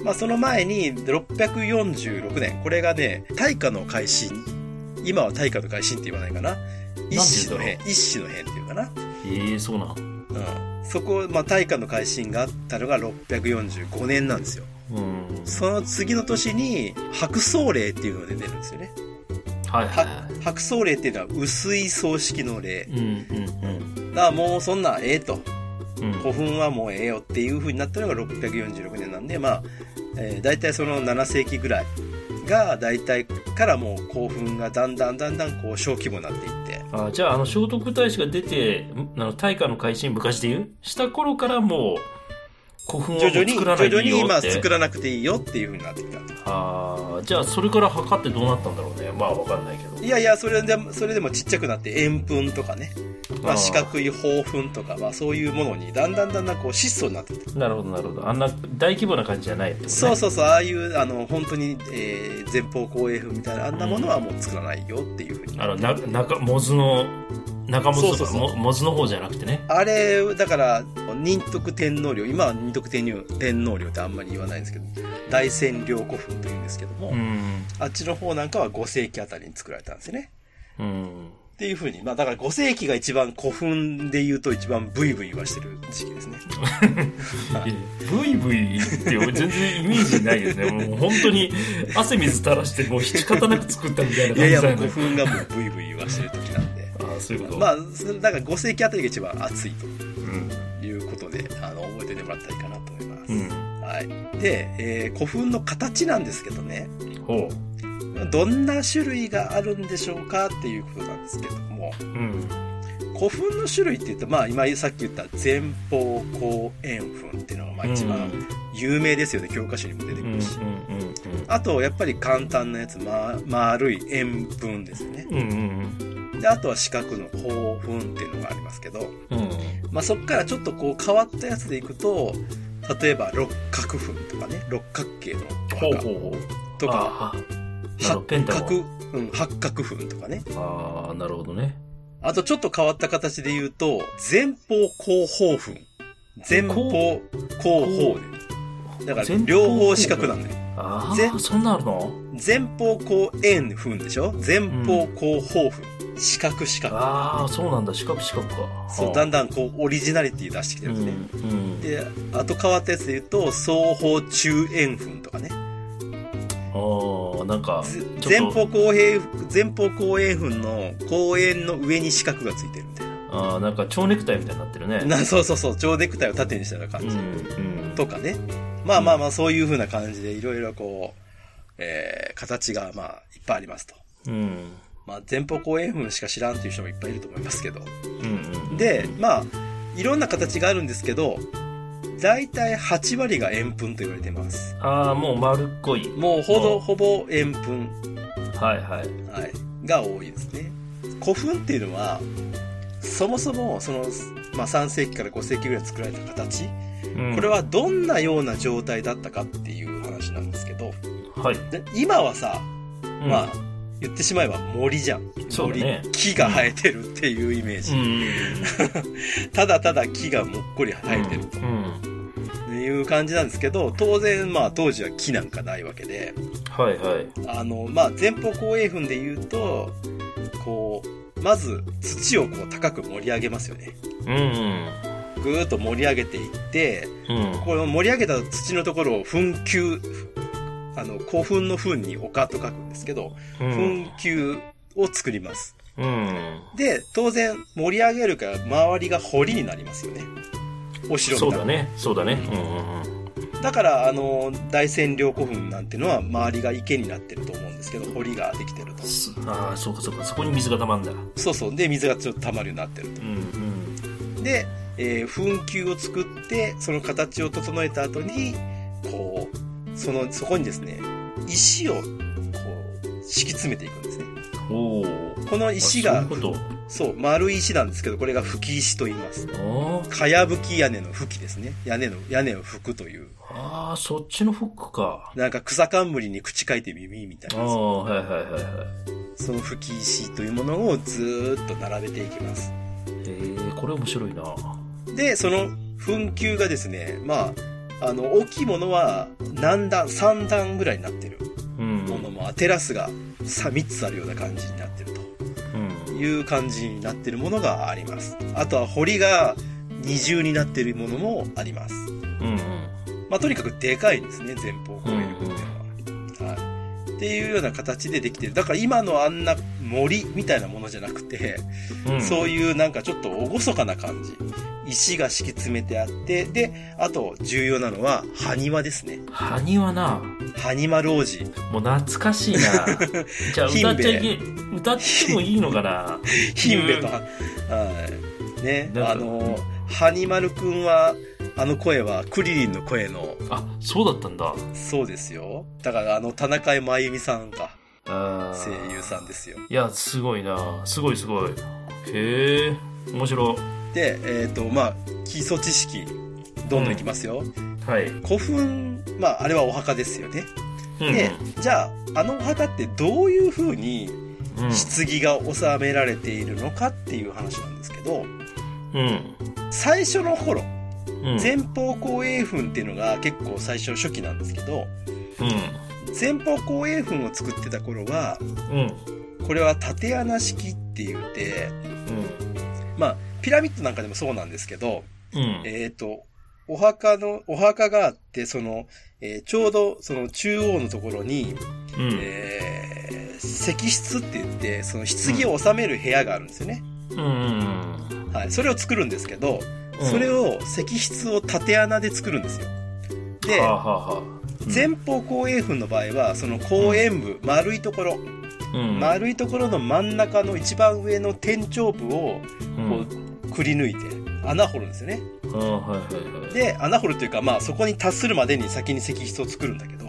Speaker 3: まあ、その前に646年これがね大化の改新今は大化の改新って言わないかな一子の変
Speaker 2: なんて言うんだろ
Speaker 3: 一子の変っていうかな、
Speaker 2: ええそうなん
Speaker 3: うん、そこ、まあ、大化の改新があったのが645年なんですよ
Speaker 2: うん
Speaker 3: その次の年に白藻霊っていうのが出てるんですよね
Speaker 2: はいはいは
Speaker 3: は白藻霊っていうのは薄い葬式の
Speaker 2: い
Speaker 3: 霊
Speaker 2: うんうん
Speaker 3: だからもうそんなんええと
Speaker 2: うんうん
Speaker 3: 古墳はもうええよっていう風になったのが646年なんでまあ、えー、大体その7世紀ぐらいが大体からもう古墳がだんだんだんだんこう小規模になっていって
Speaker 2: あじゃああの聖徳太子が出てんあの大化の改新昔で言うした頃からもう古墳を
Speaker 3: 徐々に
Speaker 2: 作らない
Speaker 3: 徐
Speaker 2: で
Speaker 3: 々
Speaker 2: いい
Speaker 3: に
Speaker 2: よ
Speaker 3: 今
Speaker 2: って
Speaker 3: 作らなくていいよっていう風になってきた
Speaker 2: あーじゃあそれから測ってどうなったんだろうねまあわかんないけど
Speaker 3: いやいやそれでもそれでもちっちゃくなって円墳とかね、ま
Speaker 2: あー
Speaker 3: あ、四角い方墳とか、まあ、そういうものにだんだんだんだんこう質素になってって
Speaker 2: なるほどなるほどあんな大規模な感じじゃないってことね
Speaker 3: そうそうそう、ああいう、あの、本当に、えー前方後円墳みたいな、あんなものはもう作らないよっていうふうに。
Speaker 2: あのな中モズの中モズとか
Speaker 3: そうそうそ
Speaker 2: も
Speaker 3: う
Speaker 2: モズの方じゃなくてね
Speaker 3: あれ、だから、仁徳天皇陵、今は仁徳天皇天皇陵ってあんまり言わないんですけど、大仙陵古墳というんですけども、
Speaker 2: うん
Speaker 3: あっちの方なんかは5世紀あたりに作られたんですよね。
Speaker 2: うん
Speaker 3: っていうふうに、まあだから5世紀が一番古墳で言うと一番ブイブイはしてる時期です ね。
Speaker 2: いやブイブイって 俺全然イメージないよねもう本当に汗水垂らしてもう仕方なく作ったみたいない感
Speaker 3: や
Speaker 2: じだ
Speaker 3: いや、もう
Speaker 2: よね
Speaker 3: 古墳がもうブイブイはしてる時なんで。
Speaker 2: あー そういうこと、
Speaker 3: まあ、それだから5世紀あたりが一番暑いと。
Speaker 2: うん
Speaker 3: ということで、あの、覚えててもらったらいいかなと思います。
Speaker 2: うん
Speaker 3: はい。で、えー古墳の形なんですけどね、
Speaker 2: ほ
Speaker 3: どんな種類があるんでしょうかっていうことなんですけども、
Speaker 2: ううん
Speaker 3: 古墳の種類って言うと、まあ今さっき言った前方後円墳っていうのがまあ一番有名ですよね、教科書にも出て
Speaker 2: うん
Speaker 3: く
Speaker 2: うん
Speaker 3: るし。
Speaker 2: う
Speaker 3: あと、やっぱり簡単なやつ、ま、丸い円墳ですね。
Speaker 2: んうんうん
Speaker 3: で、あとは四角の方墳っていうのがありますけど、
Speaker 2: うんうん
Speaker 3: まあ、そこからちょっとこう変わったやつでいくと例えば六角墳とかね六角形の
Speaker 2: ほう
Speaker 3: 墓
Speaker 2: ほうほう
Speaker 3: とか
Speaker 2: あーなるほど
Speaker 3: 八
Speaker 2: ペンタゴ
Speaker 3: 角、
Speaker 2: ン
Speaker 3: うん、八角墳とかね
Speaker 2: ああなるほどね
Speaker 3: あとちょっと変わった形で言うと前方後方墳前方後方でだから両方四角な
Speaker 2: だ
Speaker 3: んだよ
Speaker 2: あ
Speaker 3: ぜ
Speaker 2: あそんなんあるの
Speaker 3: 前方後円墳でしょ前方後方墳四角四角
Speaker 2: ああそうなんだ四角四角か
Speaker 3: そうだんだんこうオリジナリティ出してきてるんですね、
Speaker 2: うんうん
Speaker 3: であと変わったやつで言うと双方中円墳とかね
Speaker 2: ああなんか
Speaker 3: ず
Speaker 2: ち
Speaker 3: 前
Speaker 2: ょっと
Speaker 3: 方後円前方後円墳の後円の上に四角がついてるみたい
Speaker 2: ああなんか蝶ネクタイみたいになってるね
Speaker 3: ななそうそうそう蝶ネクタイを縦にしたような
Speaker 2: う
Speaker 3: 感
Speaker 2: ん
Speaker 3: じ、
Speaker 2: うん
Speaker 3: とかねまあまあまあそういう風な感じでいろいろこう、えー形がまあいっぱいありますと。
Speaker 2: うん
Speaker 3: まあ、前方後円墳しか知らんっていう人もいっぱいいると思いますけど
Speaker 2: うんうん
Speaker 3: でまあいろんな形があるんですけど大体8割が円墳と言われてます。
Speaker 2: ああ、もう丸っこい。
Speaker 3: もうほ
Speaker 2: う
Speaker 3: ぼ、
Speaker 2: ん
Speaker 3: ほぼ円墳、
Speaker 2: はいはい。
Speaker 3: はい、が多いですね。古墳っていうのは、そもそも、その、まあ、3世紀から5世紀ぐらい作られた形、
Speaker 2: うん
Speaker 3: これはどんなような状態だったかっていう話なんですけど、
Speaker 2: はい。
Speaker 3: で今はさ、
Speaker 2: うん
Speaker 3: まあ、言ってしまえば森じゃん。
Speaker 2: そうだね
Speaker 3: 森、木が生えてるっていうイメー
Speaker 2: う
Speaker 3: ジ。
Speaker 2: ん。
Speaker 3: ただただ木がもっこり生えてると
Speaker 2: うん。
Speaker 3: いう感じなんですけど、当然、まあ、当時は木なんかないわけで、
Speaker 2: はいはい。
Speaker 3: あの、まあ、前方後円墳で言うと、こう、まず土をこう高く盛り上げますよね。
Speaker 2: うん。
Speaker 3: ぐーっと盛り上げていって、
Speaker 2: うん。
Speaker 3: この盛り上げた土のところを墳丘、あの、古墳の墳に丘と書くんですけど、
Speaker 2: うん。
Speaker 3: 墳丘を作ります。
Speaker 2: うん。
Speaker 3: で、当然盛り上げるから周りが堀になりますよね。お城
Speaker 2: そ
Speaker 3: み
Speaker 2: う
Speaker 3: たいな
Speaker 2: だね。そうだね。うん
Speaker 3: だから、あの、大仙陵古墳なんてのは周りが池になってると思うんですけど、堀ができてると
Speaker 2: うん。。すああ、そうかそうか。そこに水が溜まんだ。うん
Speaker 3: そうそう。で、水がちょっと溜まるようになってる
Speaker 2: うん。
Speaker 3: と。で、えー墳丘を作って、その形を整えた後に、こう、その、そこにですね、石を、こう、敷き詰めていくんですね。
Speaker 2: おお。
Speaker 3: この石が、
Speaker 2: あそういうこ
Speaker 3: そう、丸い石なんですけど、これが吹き石と言います。
Speaker 2: と。おー
Speaker 3: かやぶき屋根の吹きですね。屋根の、屋根を吹くという。
Speaker 2: ああ、そっちのフックか。
Speaker 3: なんか草冠に口書いて耳みたい
Speaker 2: あ
Speaker 3: な。
Speaker 2: あ、はいはいはいはい。
Speaker 3: その吹き石というものをずーっと並べていきます。
Speaker 2: えー、これ面白いな。
Speaker 3: で、その墳丘がですね、まあ、あの、大きいものは何段、3段ぐらいになってる
Speaker 2: う
Speaker 3: もの
Speaker 2: ん。
Speaker 3: も、テラスがさ3つあるような感じになってると
Speaker 2: うん。
Speaker 3: いう感じになってるものがあります。あとは堀が二重になってるものもあります。
Speaker 2: うん。
Speaker 3: まあ、とにかくでかいんですね、前方後円墳っていうのは。はい。っていうような形でできてる。だから今のあんな森みたいなものじゃなくて、
Speaker 2: うん。
Speaker 3: そう
Speaker 2: い
Speaker 3: いうなんかちょっと厳かな感じ。石が敷き詰めてあって、で、あと重要なのは、埴輪ですね。
Speaker 2: うん。埴輪な。
Speaker 3: 埴輪老人。
Speaker 2: もう懐かしい な。じゃあ
Speaker 3: ヒ
Speaker 2: 歌
Speaker 3: ン
Speaker 2: っ
Speaker 3: ベ
Speaker 2: ちゃいけ、歌ってもいいのか な。
Speaker 3: 金兵衛と、はい。ね、
Speaker 2: なんか
Speaker 3: あの、埴丸くんは、あの声は、クリリンの声の、
Speaker 2: あ、そうだったんだ。
Speaker 3: そうですよ。だからあの、田中真由美さんか、
Speaker 2: あー
Speaker 3: 声優さんですよ。
Speaker 2: いや、すごいな。すごいすごい。へえ、面白。
Speaker 3: で、えっ、と、まあ、基礎知識、どんどんいきますよ。
Speaker 2: はい。
Speaker 3: 古墳、まあ、あれはお墓ですよね。
Speaker 2: うん
Speaker 3: で、じゃあ、あのお墓ってどういう風に、棺が収められているのかっていう話なんですけ
Speaker 2: う
Speaker 3: ど、
Speaker 2: ん。うん。
Speaker 3: 最初の頃、
Speaker 2: うん。
Speaker 3: 前方後円墳っていうのが結構最初初期なんですけど、
Speaker 2: う
Speaker 3: 前方後円墳を作ってた頃は、
Speaker 2: ん。うん。
Speaker 3: これは縦穴式って言って、まあ、ピラミッドなんかでもそうなんですけど、
Speaker 2: うん。
Speaker 3: えっ、と、お墓の、お墓があって、その、えーちょうどその中央のところに、
Speaker 2: うん。
Speaker 3: えー石室って言って、その棺を収める部屋があるんですよね。
Speaker 2: うん。うん。
Speaker 3: はい。それを作るんですけど、それ
Speaker 2: を、
Speaker 3: を、石室を縦穴で作るんですよ。で
Speaker 2: は、あ、はあはあ、
Speaker 3: 前方後円墳の場合は、その後円部、丸いところ、
Speaker 2: うん、
Speaker 3: 丸いところの真ん中の一番上の天頂部を、
Speaker 2: うん、
Speaker 3: こう、くり抜いて、穴掘るんですよね。
Speaker 2: うん、はいはいはい。、
Speaker 3: で、穴掘るというか、まあ、そこに達するまでに先に石室を作るんだけど、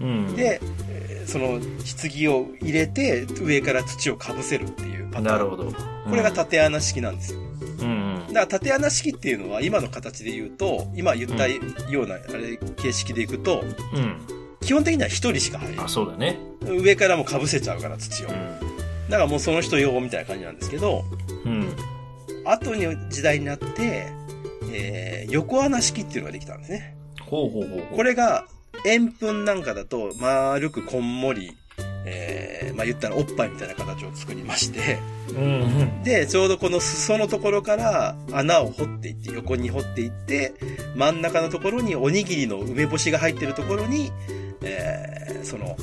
Speaker 2: うん、
Speaker 3: で、えーその棺を入れて、上から土をかぶせるっていうパターン。
Speaker 2: なるほど。
Speaker 3: これが縦穴式なんですよ。
Speaker 2: うん、
Speaker 3: だから縦穴式っていうのは今の形で言うと、今言ったような、あれ、形式でいくと、
Speaker 2: うん、うん。
Speaker 3: 基本的には一人しか入
Speaker 2: あ、そうだね。
Speaker 3: る。上からもかぶせちゃうから土を。
Speaker 2: う
Speaker 3: だ
Speaker 2: ん。
Speaker 3: からもうその人用みたいな感じなんですけど、
Speaker 2: うん。
Speaker 3: 後に時代になって、えー横穴式っていうのができたんですね。
Speaker 2: ほうほうほうほう。
Speaker 3: これが、円墳なんかだと、丸くこんもり、えー、まあ言ったらおっぱいみたいな形を作りまして、
Speaker 2: うん、うん。
Speaker 3: で、ちょうどこの裾のところから穴を掘っていって、横に掘っていって、真ん中のところにおにぎりの梅干しが入ってるところに、えー、その、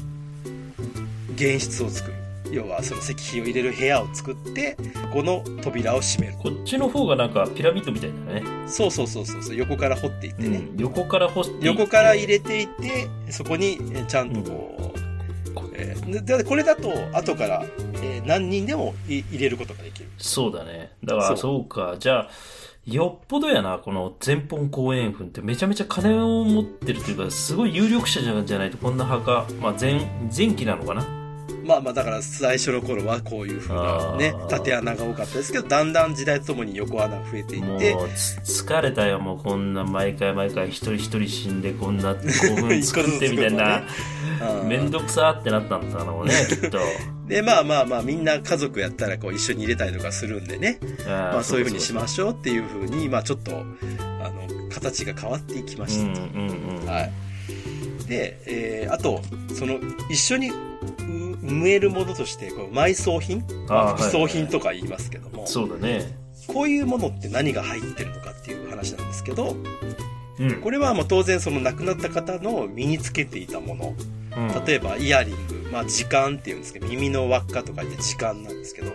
Speaker 3: 原室を作る。要はその石碑を入れる部屋を作って、この扉を閉める。
Speaker 2: こっちの方がなんかピラミッドみたいだね。
Speaker 3: そうそうそうそうそう、横から掘っていってね。
Speaker 2: うん。横から干して。
Speaker 3: 横から入れていって、そこにえーちゃんとこう、えーででこれだと後から、えー何人でもい入れることができる。
Speaker 2: そうだね。だか
Speaker 3: そ
Speaker 2: ら、
Speaker 3: う
Speaker 2: そうか。じゃあ、よっぽどやな、この前本後円墳ってめちゃめちゃ金を持ってるというか、すごい有力者じゃじゃないとこんな墓、まあ前、前期なのかな
Speaker 3: まあまあだから最初の頃はこういう風なね
Speaker 2: あー
Speaker 3: 縦穴が多かったですけどだんだん時代とともに横穴が増えてい
Speaker 2: も
Speaker 3: っ
Speaker 2: う
Speaker 3: て
Speaker 2: つ疲れたよ、もうこんな毎回毎回一人一人死んでこん な古墳作ってみたいな
Speaker 3: 一個ずつ作るのね。うん
Speaker 2: めんどくさーってなったんだろうね、きっ と。
Speaker 3: でまあまあまあみんな家族やったらこう一緒に入れたりとかするんでね
Speaker 2: ま
Speaker 3: まあそういう風にしましょうっていう風にまあちょっとあの形が変わっていきまし
Speaker 2: う
Speaker 3: た
Speaker 2: んうんうん。
Speaker 3: はい。で、えーあと、その、一緒にう埋めるものとして、こう埋葬品ま
Speaker 2: あー
Speaker 3: あ副葬品とか言いますけども、
Speaker 2: そうだね。
Speaker 3: こういうものって何が入ってるのかっていう話なんですけど、
Speaker 2: うん。
Speaker 3: これはもう当然その亡くなった方の身につけていたもの、
Speaker 2: うん
Speaker 3: 例えばイヤリング、まあ時間っていうんですけど、耳の輪っかとか言って時間なんですけど、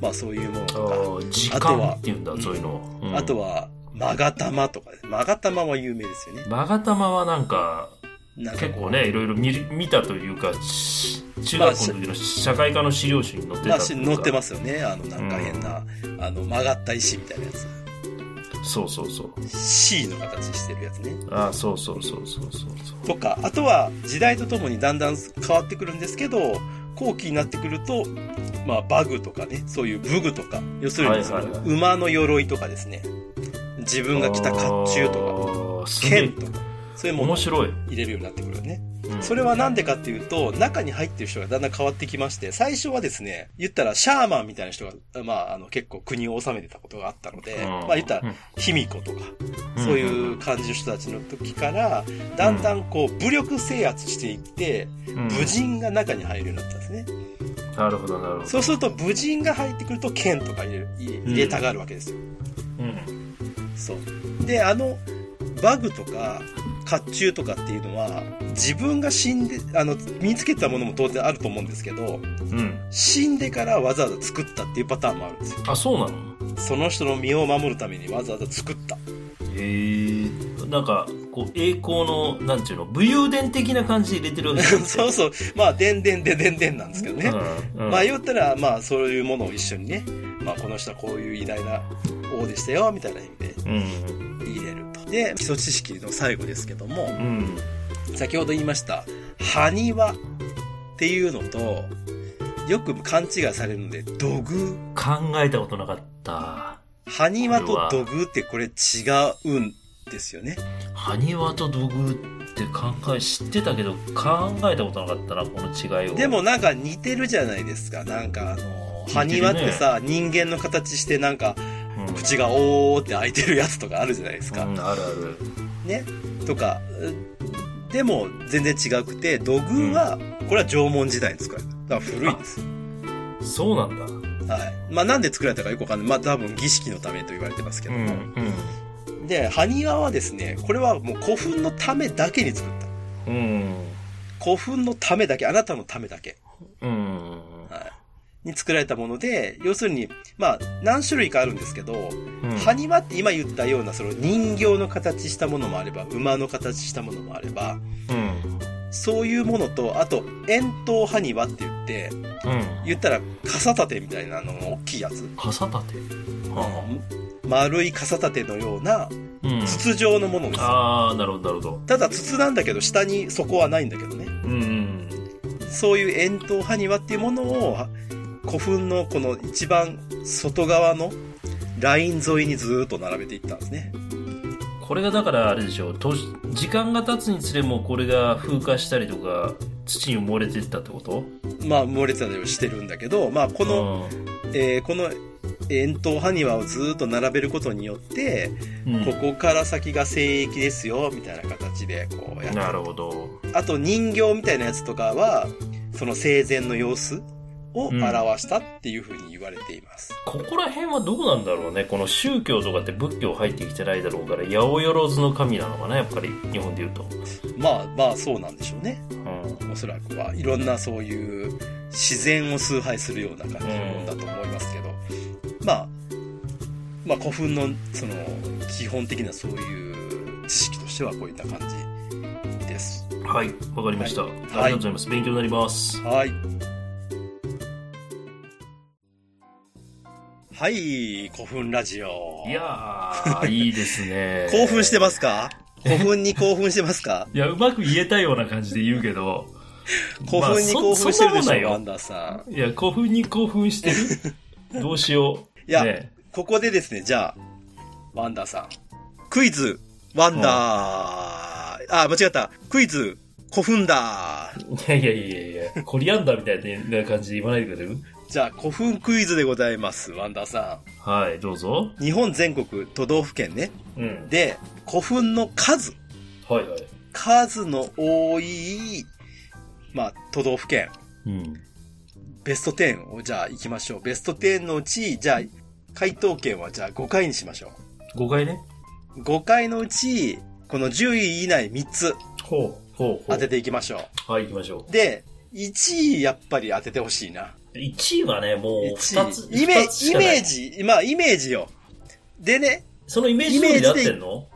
Speaker 3: まあそういうもの
Speaker 2: あ
Speaker 3: と
Speaker 2: ー時
Speaker 3: あと
Speaker 2: 間
Speaker 3: は
Speaker 2: っていうんだ、そういうの。
Speaker 3: か、あと
Speaker 2: は。
Speaker 3: は、マガタマとかです。マガタマは有名ですよね。
Speaker 2: マガタマはなんか、
Speaker 3: なんかこう
Speaker 2: 結構ね、いろいろ見る見たというか、し中学校の時の社会科の資料集に載って
Speaker 3: ま
Speaker 2: た
Speaker 3: あ、
Speaker 2: と
Speaker 3: し
Speaker 2: いうか
Speaker 3: 乗ってますよね。あの、なんか変な、あの、曲がった石みたいなやつ。
Speaker 2: そうそうそう。
Speaker 3: C の形してるやつね。
Speaker 2: ああ、そうそうそうそうそうそう。
Speaker 3: とか、あとは、時代とともにだんだん変わってくるんですけど、後期になってくると、まあ、バグとかね、そういう武具とか、要する
Speaker 2: はい
Speaker 3: にそ
Speaker 2: はいはい
Speaker 3: の、馬の鎧とかですね。自分が着た甲冑とか、
Speaker 2: とか
Speaker 3: 剣とか、そういうもの
Speaker 2: 面
Speaker 3: を
Speaker 2: 白い。
Speaker 3: 入れるようになってくるよね。
Speaker 2: うん
Speaker 3: それはなんでかっていうと、中に入ってる人がだんだん変わってきまして、最初はですね、言ったらシャーマンみたいな人が、まあ、あの、結構国を治めてたことがあったので、
Speaker 2: うん
Speaker 3: まあ言ったら、卑弥呼とか、そういう感じの人たちの時から、だんだんこう、武力制圧していって、
Speaker 2: うん
Speaker 3: 武人が中に入るようになったんですね。
Speaker 2: なるほど、なるほど。
Speaker 3: そうすると、武人が入ってくると、剣とか入れる入れ入れたがるわけですよ。
Speaker 2: うん
Speaker 3: そう。で、あの、バグとか、甲冑とかっていうのは、自分が死んで、あの、身につけたものも当然あると思うんですけど、
Speaker 2: うん。
Speaker 3: 死んでからわざわざ作ったっていうパターンもあるんですよ。
Speaker 2: あ、そうなの
Speaker 3: その人の身を守るためにわざわざ作った。
Speaker 2: へえなんかこう栄光のなんていうの武勇伝的な感じで入れてるわけじゃなくて
Speaker 3: そうそう。まあ、でんでんででんでんなんですけど ね。
Speaker 2: うんうん
Speaker 3: まあ、言ったら、まあ、そういうものを一緒にね、まあ、この人はこういう偉大な王でしたよ、みたいな意味で
Speaker 2: うん
Speaker 3: 入れると。で、基礎知識の最後ですけども、
Speaker 2: うん
Speaker 3: 先ほど言いました、埴輪っていうのと、よく勘違いされるので、土偶。
Speaker 2: 考えたことなかった
Speaker 3: 埴輪と土偶ってこれ違うんですよね。
Speaker 2: 埴輪と土偶って考え知ってたけど考えたことなかったなこの違いを
Speaker 3: でもなんか似てるじゃないですか。なんかあの、埴輪ってさ、人間の形してなんか
Speaker 2: うん
Speaker 3: 口がおーって開いてるやつとかあるじゃないですか。
Speaker 2: うんあるある
Speaker 3: ね。とか、うでも全然違くて、土偶は、これは縄文時代に作られた。だから古いです。
Speaker 2: そうなんだ
Speaker 3: はい。まあなんで作られたかよくわかんない。まあ多分儀式のためと言われてますけ
Speaker 2: う
Speaker 3: ど
Speaker 2: んう
Speaker 3: も。
Speaker 2: ん
Speaker 3: で、埴輪はですね、これはもう古墳のためだけに作った。
Speaker 2: うん
Speaker 3: 古墳のためだけ、あなたのためだけ。
Speaker 2: うん
Speaker 3: はい。に作られたもので、要するに、まあ、何種類かあるんですけど、
Speaker 2: うん
Speaker 3: 埴輪って今言ったような、その人形の形したものもあれば、馬の形したものもあれば、
Speaker 2: うん
Speaker 3: そういうものと、あと、円筒埴輪って言って、
Speaker 2: うん
Speaker 3: 言ったら、傘立てみたいなあの、大きいやつ。
Speaker 2: 傘立てあ
Speaker 3: 丸い傘立てのような、
Speaker 2: あうん
Speaker 3: 筒状のものです。
Speaker 2: ああなるほどなるほど
Speaker 3: ただ筒なんだけど、下に底はないんだけどね。
Speaker 2: うんうん
Speaker 3: そういう円筒埴輪っていうものを古墳のこの一番外側のライン沿いにずーっと並べていったんですね。
Speaker 2: これがだからあれでしょう年時間が経つにつれもうこれが風化したりとか土に埋もれてったってこと
Speaker 3: まあ、漏れてたりをしてるんだけど、まあ、この、えーこの円筒埴輪をずーっと並べることによって、
Speaker 2: うんうん
Speaker 3: ここから先が聖域ですよ、みたいな形でこうやって。
Speaker 2: なるほど
Speaker 3: あと人形みたいなやつとかは、その生前の様子を表したっていうふうに言われています。
Speaker 2: ここら辺はどうなんだろうねこの宗教とかって仏教入ってきてないだろうから八百万の神なのかなやっぱり日本でいうと、
Speaker 3: まあまあ、そうなんでしょうね。
Speaker 2: うん
Speaker 3: おそらくはいろんなそういう自然を崇拝するような感じのものだと思いますけど、まあまあ古墳のその基本的なそういう知識としてはこういった感じです
Speaker 2: はいわかりました、
Speaker 3: はい
Speaker 2: ありがとうございます勉強になります
Speaker 3: はいはい、古墳ラジオ。。
Speaker 2: いやー、いいですね。
Speaker 3: 興奮してますすか 古墳に興奮してますか
Speaker 2: いや、うまく言えたような感じで言うけ ど。
Speaker 3: 古墳に興奮して
Speaker 2: まあそ
Speaker 3: るでし
Speaker 2: そんなもんだ
Speaker 3: ょ、
Speaker 2: よ
Speaker 3: ワンダーさん。
Speaker 2: いや、古墳に興奮してるどうしよう。
Speaker 3: いや
Speaker 2: ね
Speaker 3: ここでですね、じゃあ、ワンダーさん。クイズ、ワンダー。あ、間違った。クイズ、古墳だー。
Speaker 2: いやいやいやいや、コリアンダーみたいな感じで言わないでくれる
Speaker 3: じゃあ、古墳クイズでございます、ワンダーさ
Speaker 2: はい、どうぞ。
Speaker 3: ん。日本全国都道府県ね。
Speaker 2: うん。
Speaker 3: で、古墳の数。
Speaker 2: はいはい。
Speaker 3: 数の多い、まあ、都道府県。
Speaker 2: うん。
Speaker 3: ベスト10をじゃあ行きましょう。ベスト10のうち、じゃあ、回答権はじゃあ5回にしましょ
Speaker 2: 5回ね。
Speaker 3: う。5回のうち、この10位以内3つ
Speaker 2: ほう、ほう、ほう。
Speaker 3: 当てていきましょ
Speaker 2: はい、行きましょ
Speaker 3: う。で、1位やっぱり当ててほしいな。
Speaker 2: う。1位はね、もう2つ。
Speaker 3: 1位。イメ
Speaker 2: 二つし
Speaker 3: イ
Speaker 2: かない
Speaker 3: メー。ジ、まあイメージよ。でね、
Speaker 2: そのイメージ通りで合ってんの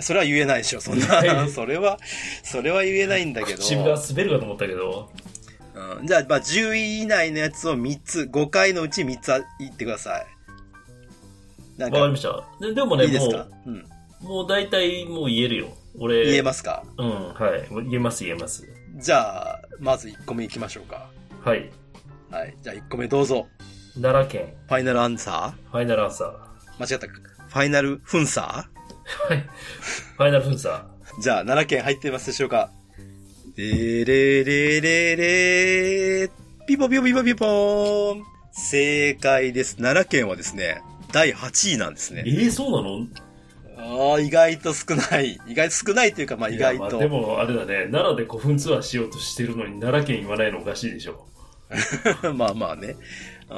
Speaker 3: それは言えないでしょ、そ ん
Speaker 2: いやい
Speaker 3: な。
Speaker 2: や
Speaker 3: それは、それは言えないんだけど。
Speaker 2: 口が滑るかと思ったけど。
Speaker 3: うん、じゃあ、まあ10位以内のやつを3つ、5回のうち3つ言ってください。なん
Speaker 2: わかり
Speaker 3: か
Speaker 2: ま、した。ででもね、
Speaker 3: いいです
Speaker 2: も
Speaker 3: かうん。
Speaker 2: う、もう大体もう言えるよ。俺。
Speaker 3: 言え
Speaker 2: ま
Speaker 3: ますか
Speaker 2: す。うん、はい。もう言えます、言えます。
Speaker 3: じゃあ、まず1個目いきましょうか。
Speaker 2: はい。
Speaker 3: はい。じゃあ1個目どうぞ。
Speaker 2: 奈良県、
Speaker 3: ファイナルアンサ
Speaker 2: ファイナルアンサー。
Speaker 3: ー間違った。ファイナルフンサ
Speaker 2: はい。ファイナルフンサ
Speaker 3: ーじゃあ、奈良県入ってますでしょうかでれれれれピポピポピポピポーン。正解です。奈良県はですね、第8位なんです
Speaker 2: ー。
Speaker 3: ね。
Speaker 2: ええそうなの
Speaker 3: ああ、意外と少ない。意外と少ないというか、まあ意
Speaker 2: いやま
Speaker 3: 外
Speaker 2: あ
Speaker 3: と。
Speaker 2: でもあれだね、奈良で古墳ツアーしようとしてるのに奈良県言わないのおかしいでしょ。
Speaker 3: まあまあね。うん。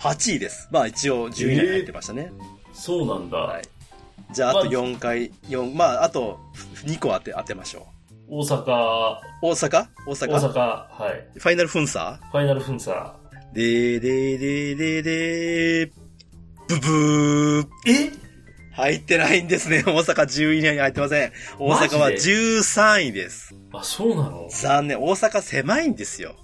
Speaker 3: 8位です。まあ一応10位に入ってましたね。
Speaker 2: そうなんだ。
Speaker 3: はい。じゃあ、あと
Speaker 2: まあ
Speaker 3: 4回、四まあ、あと2個当て、当てましょ
Speaker 2: 大阪、大
Speaker 3: う。大阪大阪
Speaker 2: 阪、はい。
Speaker 3: ファイナルフンサ
Speaker 2: ファイナルフンサ
Speaker 3: ーでーでーでーでーでー、ブブー。
Speaker 2: ー。え
Speaker 3: 入ってないんですね。 大阪10位以内に入ってません。大阪は
Speaker 2: マジで
Speaker 3: 13位です。
Speaker 2: あ、そうなの
Speaker 3: 残念。大阪狭いんですよ。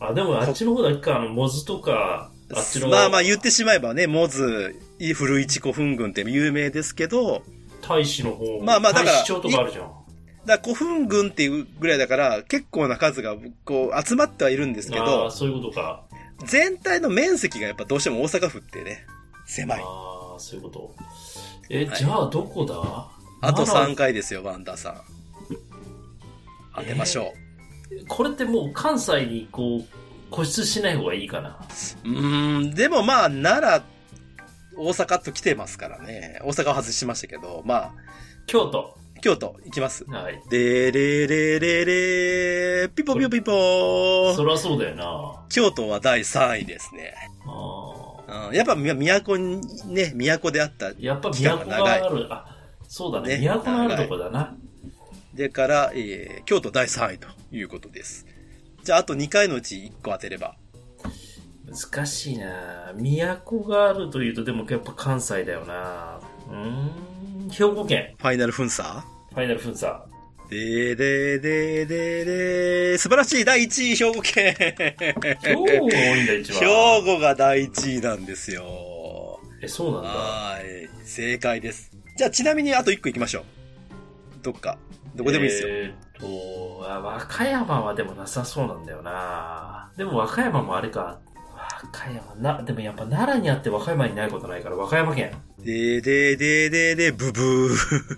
Speaker 2: あ、でもあっちの方だけか、あの、モズとか、あっちの、
Speaker 3: まあまあ言ってしまえばね、モズ、古市古墳群って有名ですけど、
Speaker 2: 大使の方、
Speaker 3: まあまあだから
Speaker 2: 大使町とかあるじゃん。
Speaker 3: だから古墳群っていうぐらいだから、結構な数がこう集まってはいるんですけ
Speaker 2: あ
Speaker 3: ど
Speaker 2: あ、、そういうことか。
Speaker 3: 全体の面積がやっぱどうしても大阪府ってね、狭い。
Speaker 2: ああ、そういうこと。え、
Speaker 3: はい
Speaker 2: じゃあどこだ
Speaker 3: あと
Speaker 2: 奈
Speaker 3: 3
Speaker 2: 良
Speaker 3: 回ですよ、ワンダーさん。当てましょ
Speaker 2: これってもう関西にこう、固執しない方がいいかな。
Speaker 3: う。うーん、でもまあ、奈良、大阪と来てますからね。大阪は外しましたけど、まあ、
Speaker 2: 京都。
Speaker 3: 京都行きます。
Speaker 2: はい。
Speaker 3: でれれれれピポピポピポ
Speaker 2: そ
Speaker 3: ー
Speaker 2: りゃそうだよな。
Speaker 3: 京都は第3位ですね。
Speaker 2: あ
Speaker 3: うん、やっぱみ都にね、都であった
Speaker 2: ーやっぱ
Speaker 3: 期間
Speaker 2: 都
Speaker 3: が
Speaker 2: が
Speaker 3: 長い
Speaker 2: ある、あ、そうだね。
Speaker 3: ね
Speaker 2: 都のあるとこだな。
Speaker 3: でから、えー京都第3位ということです。じゃあ、あと2回のうち1個当てれば。
Speaker 2: 難しいな。都があるというと、でもやっぱ関西だよな。うーん、兵庫県、
Speaker 3: ファイナルフンサ
Speaker 2: ファイナルフンサ
Speaker 3: ーでーでーでーでーでー素晴らしい第1位、兵庫県
Speaker 2: ー。兵庫が多いんだ、一番。
Speaker 3: 兵庫が第1位なんですよ。
Speaker 2: え、そうなんだ。
Speaker 3: はーい。正解です。じゃあ、ちなみにあと1個行きましょう。どっか。どこでもいいですよ。
Speaker 2: えーっと、あ和歌山はでもなさそうなんだよな。でも和歌山もあれか。和歌山な、でもやっぱ奈良にあって和歌山にないことないから、和歌山県。
Speaker 3: でーでーでーでーでーブブ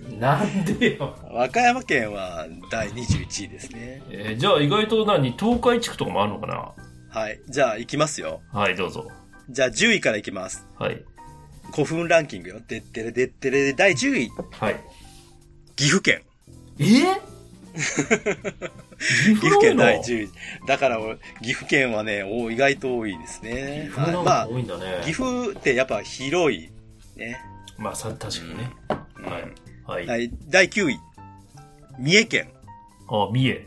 Speaker 3: ー。
Speaker 2: なんでよ。
Speaker 3: 和歌山県は第21位ですね。
Speaker 2: えーじゃあ意外と何東海地区とかもあるのかな
Speaker 3: はい。じゃあ、行きますよ。
Speaker 2: はいどうぞ
Speaker 3: じゃあ、10位から行きます。
Speaker 2: はい
Speaker 3: 古墳ランキングよ。でってれでってれで第10位。
Speaker 2: はい
Speaker 3: 岐阜県。
Speaker 2: えー岐
Speaker 3: 岐阜県第
Speaker 2: 位
Speaker 3: 10位。だから俺、岐阜県はね、お意外と多いですね。
Speaker 2: 岐阜の方
Speaker 3: はいま
Speaker 2: が
Speaker 3: あ、
Speaker 2: 多いんだね、
Speaker 3: 岐阜ってやっぱ広い。ね。
Speaker 2: まあさ確かにね、はい、はい
Speaker 3: はい。第9位。三重県。
Speaker 2: あ三重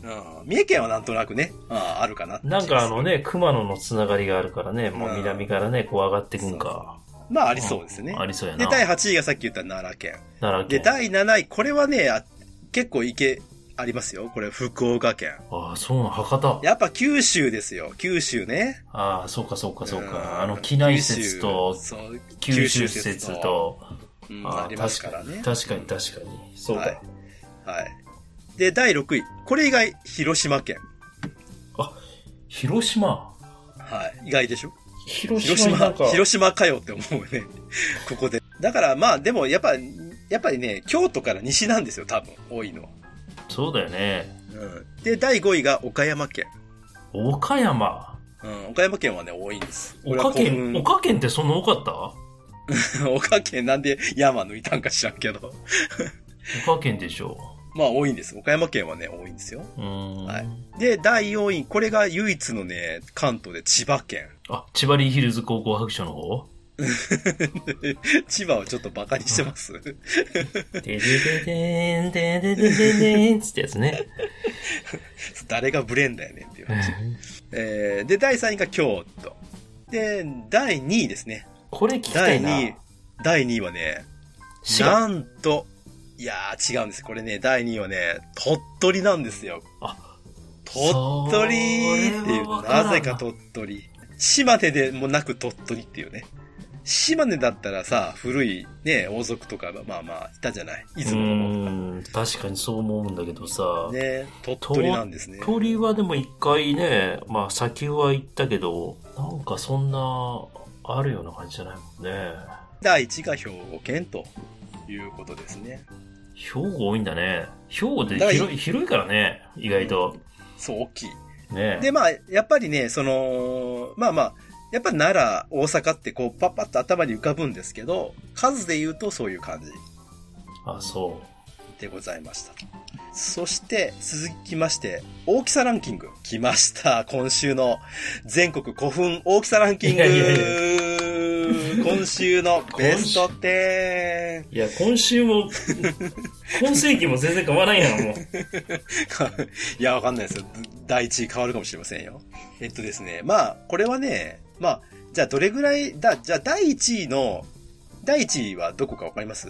Speaker 3: うん三重県はなんとなくね、ああるかなって
Speaker 2: なんかあのね熊野のつながりがあるからねもう南からねこう上がってくんか
Speaker 3: まあ、ありそうですね。
Speaker 2: ありそうや
Speaker 3: で、
Speaker 2: な
Speaker 3: 第8位がさっき言った奈良県。
Speaker 2: 奈良
Speaker 3: で、
Speaker 2: 県
Speaker 3: 第7位。これはね、あ結構いけ、ありますよ。これ、福岡県。
Speaker 2: ああ、そうなん、博多。
Speaker 3: やっぱ九州ですよ。九州ね。
Speaker 2: ああ、そうかそうかそう
Speaker 3: うん
Speaker 2: か。あの、機内説と
Speaker 3: 九州そう
Speaker 2: 九州説と。
Speaker 3: うん
Speaker 2: あ
Speaker 3: あ
Speaker 2: あ
Speaker 3: りますからね。
Speaker 2: 確かに確かに確かに。そうだ。
Speaker 3: はいはい。で、第6位。これ以外、広島県。
Speaker 2: 広島。
Speaker 3: はい。意外でしょ
Speaker 2: 広
Speaker 3: 広
Speaker 2: 島にな
Speaker 3: 島
Speaker 2: んか、
Speaker 3: 広島かよって思うね。 ここで。だからまあ、でもやっぱ、やっぱりね、京都から西なんですよ、多分、多いのは。
Speaker 2: そうだよね。
Speaker 3: うん。で、第5位が岡山県。
Speaker 2: 岡山。
Speaker 3: うん、岡山県はね、多いんです。
Speaker 2: 岡県、
Speaker 3: こ
Speaker 2: 岡県ってそんな多かった
Speaker 3: れは興奮岡県なん で山抜いたんか知らんけど。
Speaker 2: 岡県でしょ
Speaker 3: まあ、多いんです。岡山県はね、多いんですよ。
Speaker 2: う。うーん。
Speaker 3: はいで、第4位。これが唯一のね、関東で千葉県。
Speaker 2: あ、千葉リーヒルズ高校白書の方
Speaker 3: 千葉をちょっとバカにしてます。
Speaker 2: ででででーん、でででででーんつってやつね。
Speaker 3: 誰がブレんだよねっていう話。えーで、第3位が京都。で、第2位ですね。
Speaker 2: これ聞きた
Speaker 3: 第
Speaker 2: いな。
Speaker 3: 2位。第2位はね、
Speaker 2: 滋賀。
Speaker 3: なんと、いやー違うんです。これね、第2位はね、鳥取なんですよ。
Speaker 2: あ
Speaker 3: 鳥取ってい
Speaker 2: それはわ
Speaker 3: う、
Speaker 2: からん
Speaker 3: なぜか鳥取。島根でもなく鳥取っていうね。島根だったらさ、古いね、王族とか、まあまあ、いたじゃない。
Speaker 2: う
Speaker 3: 出雲の方とか
Speaker 2: ーん、確かにそう思うんだけどさ。
Speaker 3: ね、鳥取なんですね。
Speaker 2: 鳥はでも一回ね、まあ先は行ったけど、なんかそんな、あるような感じじゃないもんね。
Speaker 3: 第1位が兵庫県ということですね。
Speaker 2: 兵庫多いんだね。兵庫って
Speaker 3: だから
Speaker 2: 広い広いからね、意外と。
Speaker 3: そう、大きい。
Speaker 2: ね。
Speaker 3: で、まあ、やっぱりね、その、まあまあ、やっぱ奈良、大阪ってこう、パッパッと頭に浮かぶんですけど、数で言うとそういう感じ
Speaker 2: あ、そう。
Speaker 3: でございました。そして、続きまして、大きさランキング。来ました。今週の全国古墳大きさランキング。
Speaker 2: いやいやい
Speaker 3: 今週のベスト10。
Speaker 2: いや、今週も、今世紀も全然変わらんやん、もう。
Speaker 3: いや、わかんないですよ。第一位変わるかもしれませんよ。えっとですね、まあ、これはね、まあ、じゃあどれぐらい、だ、じゃあ第一位の、第一位はどこかわかります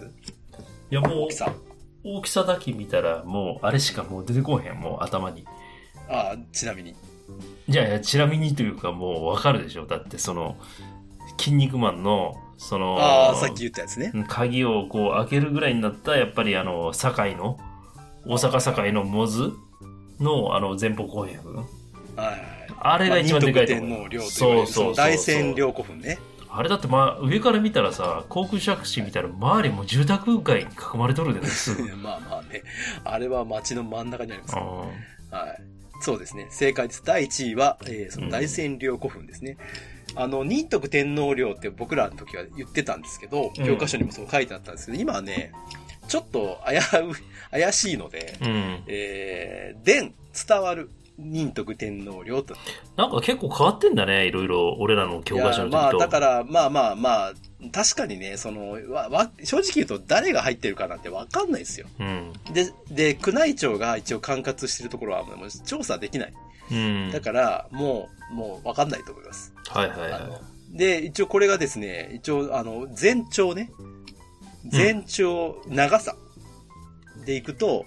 Speaker 2: いや、もう
Speaker 3: 大き、さ。
Speaker 2: 大きさだけ見たら、もう、あれしかもう出てこへん、もう頭に。
Speaker 3: ああ、ちなみに。
Speaker 2: じゃあいや、ちなみにというか、もうわかるでしょ。だって、その、筋肉マンの、その、
Speaker 3: ああ、さっき言ったやつね。
Speaker 2: 鍵をこう開けるぐらいになったやっぱりあの堺の大阪堺のモズのあの前方後円墳
Speaker 3: はいはいはい。
Speaker 2: あれが一番でかいと思う、
Speaker 3: まあ二徳天皇陵と言われ
Speaker 2: そう
Speaker 3: るそ
Speaker 2: そうそう
Speaker 3: の大仙陵古墳ね。
Speaker 2: あれだって、まあ、上から見たらさ航空借地見たら周りも住宅街に囲まれとるでねす ぐ
Speaker 3: まあまあね。あれは町の真ん中にありますから。
Speaker 2: あ
Speaker 3: はい。そうですね。正解です。第1位は、えーその大仙陵古墳ですね。あの、仁徳天皇陵って僕らの時は言ってたんですけど、
Speaker 2: うん
Speaker 3: 教科書にもそう書いてあったんですけど、今はね、ちょっと危う、怪しいので、
Speaker 2: ーうん
Speaker 3: えー、伝、伝わる、仁徳天皇陵と。
Speaker 2: なんか結構変わってんだねいろいろ俺らの教科書の
Speaker 3: いや
Speaker 2: 時
Speaker 3: まあ、
Speaker 2: と、
Speaker 3: だから、まあまあまあ、確かにね、その、わ、わ、正直言うと誰が入ってるかなんてわかんないですよ。
Speaker 2: うん、
Speaker 3: で、で、宮内庁が一応管轄してるところは、もう調査できない。
Speaker 2: うん、
Speaker 3: だから、もう、もう分かんないと思います。
Speaker 2: はいはいは
Speaker 3: あので、一応これがですね、一応、あの、全長ね、全長、長さでいくと、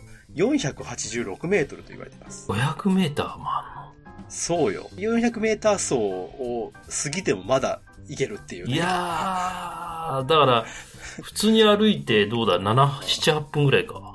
Speaker 3: 486メートルと言われてます。
Speaker 2: い 500m もあ
Speaker 3: そうよ。400メーター走を過ぎてもまだいけるっていう
Speaker 2: る
Speaker 3: ね、
Speaker 2: のいやーだから普通に歩いてどうだ778分ぐらいか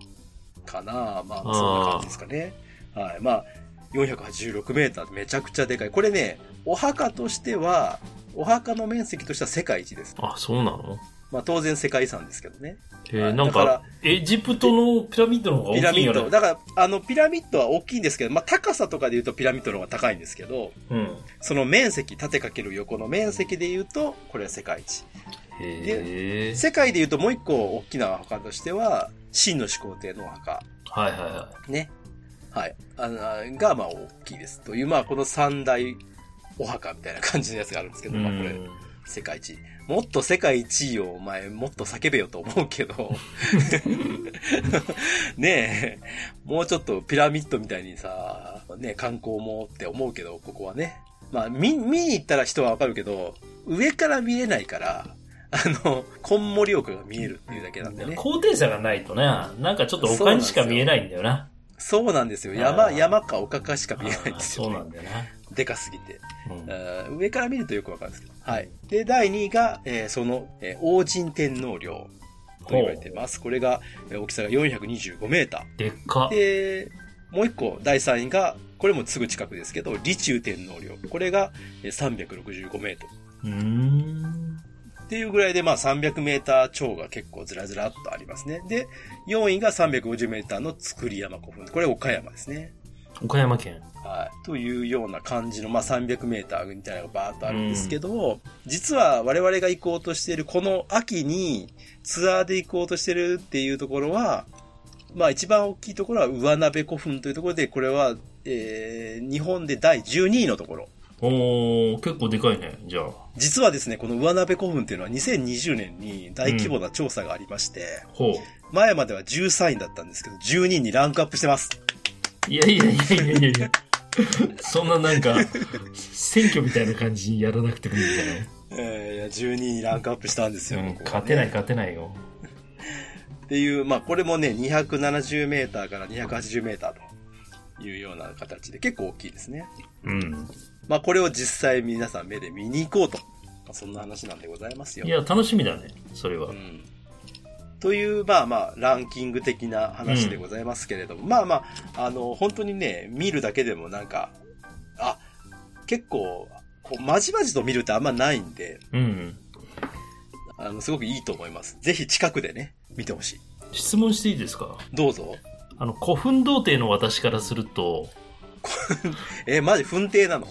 Speaker 3: かなまあ、
Speaker 2: あー
Speaker 3: そんな感じですかね。はい。まあ、486メーターめちゃくちゃでかい。これね、お墓としては、お墓の面積としては世界一です。
Speaker 2: あそうなの
Speaker 3: まあ当然世界遺産ですけどね。
Speaker 2: えー
Speaker 3: はい
Speaker 2: なん
Speaker 3: だか
Speaker 2: からエジプトのピラミッドの方が
Speaker 3: ピ
Speaker 2: 大
Speaker 3: ラ
Speaker 2: きいん
Speaker 3: ミ
Speaker 2: や
Speaker 3: ッ
Speaker 2: ろ
Speaker 3: ド。だから、あの、ピラミッドは大きいんですけど、まあ、高さとかで言うとピラミッドの方が高いんですけど、
Speaker 2: うん
Speaker 3: その面積、縦かける横の面積で言うと、これは世界一。
Speaker 2: へえ
Speaker 3: 世界で言うともう一個大きなお墓としては、秦の始皇帝のお墓。
Speaker 2: はいはいは
Speaker 3: ね。はい。あの、が、まあ、大きいです。という、まあ、この三大お墓みたいな感じのやつがあるんですけ
Speaker 2: い
Speaker 3: ど、まあ、これ
Speaker 2: う、ん
Speaker 3: 世界一。もっと世界一位をお前、もっと叫べよと思 うけど。ねえ、もうちょっとピラミッドみたいにさ、ね、観光もって思うけど、ここはね。まあ、見、見に行ったら人はわかるけど、上から見れないから、あの、こんもり奥が見えるっていうだけなんでね。
Speaker 2: 高低差がないとねなんかちょっと丘にしか見えないんだよな
Speaker 3: そうなんですよ。
Speaker 2: あ
Speaker 3: 山、
Speaker 2: ー
Speaker 3: 山か丘かしか見えないん
Speaker 2: あー
Speaker 3: です
Speaker 2: そう
Speaker 3: よ、
Speaker 2: な
Speaker 3: ね。
Speaker 2: んだよな。
Speaker 3: でかすぎて。
Speaker 2: うん
Speaker 3: あー上から見るとよくわかるんですけど。はい。で、第2位が、えーその、えー王神天皇陵と言われてます。これが、えー大きさが425メータ
Speaker 2: でっか
Speaker 3: ー。。で、もう一個、第3位が、これもすぐ近くですけど、利中天皇陵。これがえー365メートル。
Speaker 2: うーん。
Speaker 3: っていうぐらいで、まあ、300メーター超が結構ずらずらっとありますね。で、4位が350メーターの造山古墳。これ岡山ですね。
Speaker 2: 岡山県。
Speaker 3: はい。というような感じの、まあ、300メーターみたいなのがバーッとあるんですけど、実は我々が行こうとしている、この秋にツアーで行こうとしてるっていうところは、まあ、一番大きいところは上鍋古墳というところで、これは、えー、日本で第12位のところ。
Speaker 2: おー、結構でかいね。じゃあ。
Speaker 3: 実はですね、この上鍋古墳っていうのは2020年に大規模な調査がありまして、
Speaker 2: ほう。
Speaker 3: 前までは13位だったんですけど、12位にランクアップしてます。
Speaker 2: いやいやいやいやいやいや。そんななんか、選挙みたいな感じにやらなくてもいいんじゃない
Speaker 3: えーいや、12位にランクアップしたんですよ、
Speaker 2: うん
Speaker 3: ここはね
Speaker 2: 勝てない勝てないよ。
Speaker 3: っていう、まあ、これもね、270メーターから280メーターというような形で、結構大きいですね。
Speaker 2: うん。
Speaker 3: まあ、これを実際皆さん目で見に行こうと。まあそんな話なんでございますよ。
Speaker 2: いや、楽しみだね。それは
Speaker 3: う。ん。という、まあまあ、ランキング的な話でございますけれども、まあまあ、あの、本当にね、見るだけでもなんか、あ、結構、こう、まじまじと見るってあんまないんで、
Speaker 2: うん。
Speaker 3: あの、すごくいいと思います。ぜひ近くでね、見てほしい。
Speaker 2: 質問していいですか
Speaker 3: どうぞ。
Speaker 2: あの、古墳童貞の私からすると、
Speaker 3: えー、マジ、墳邸なの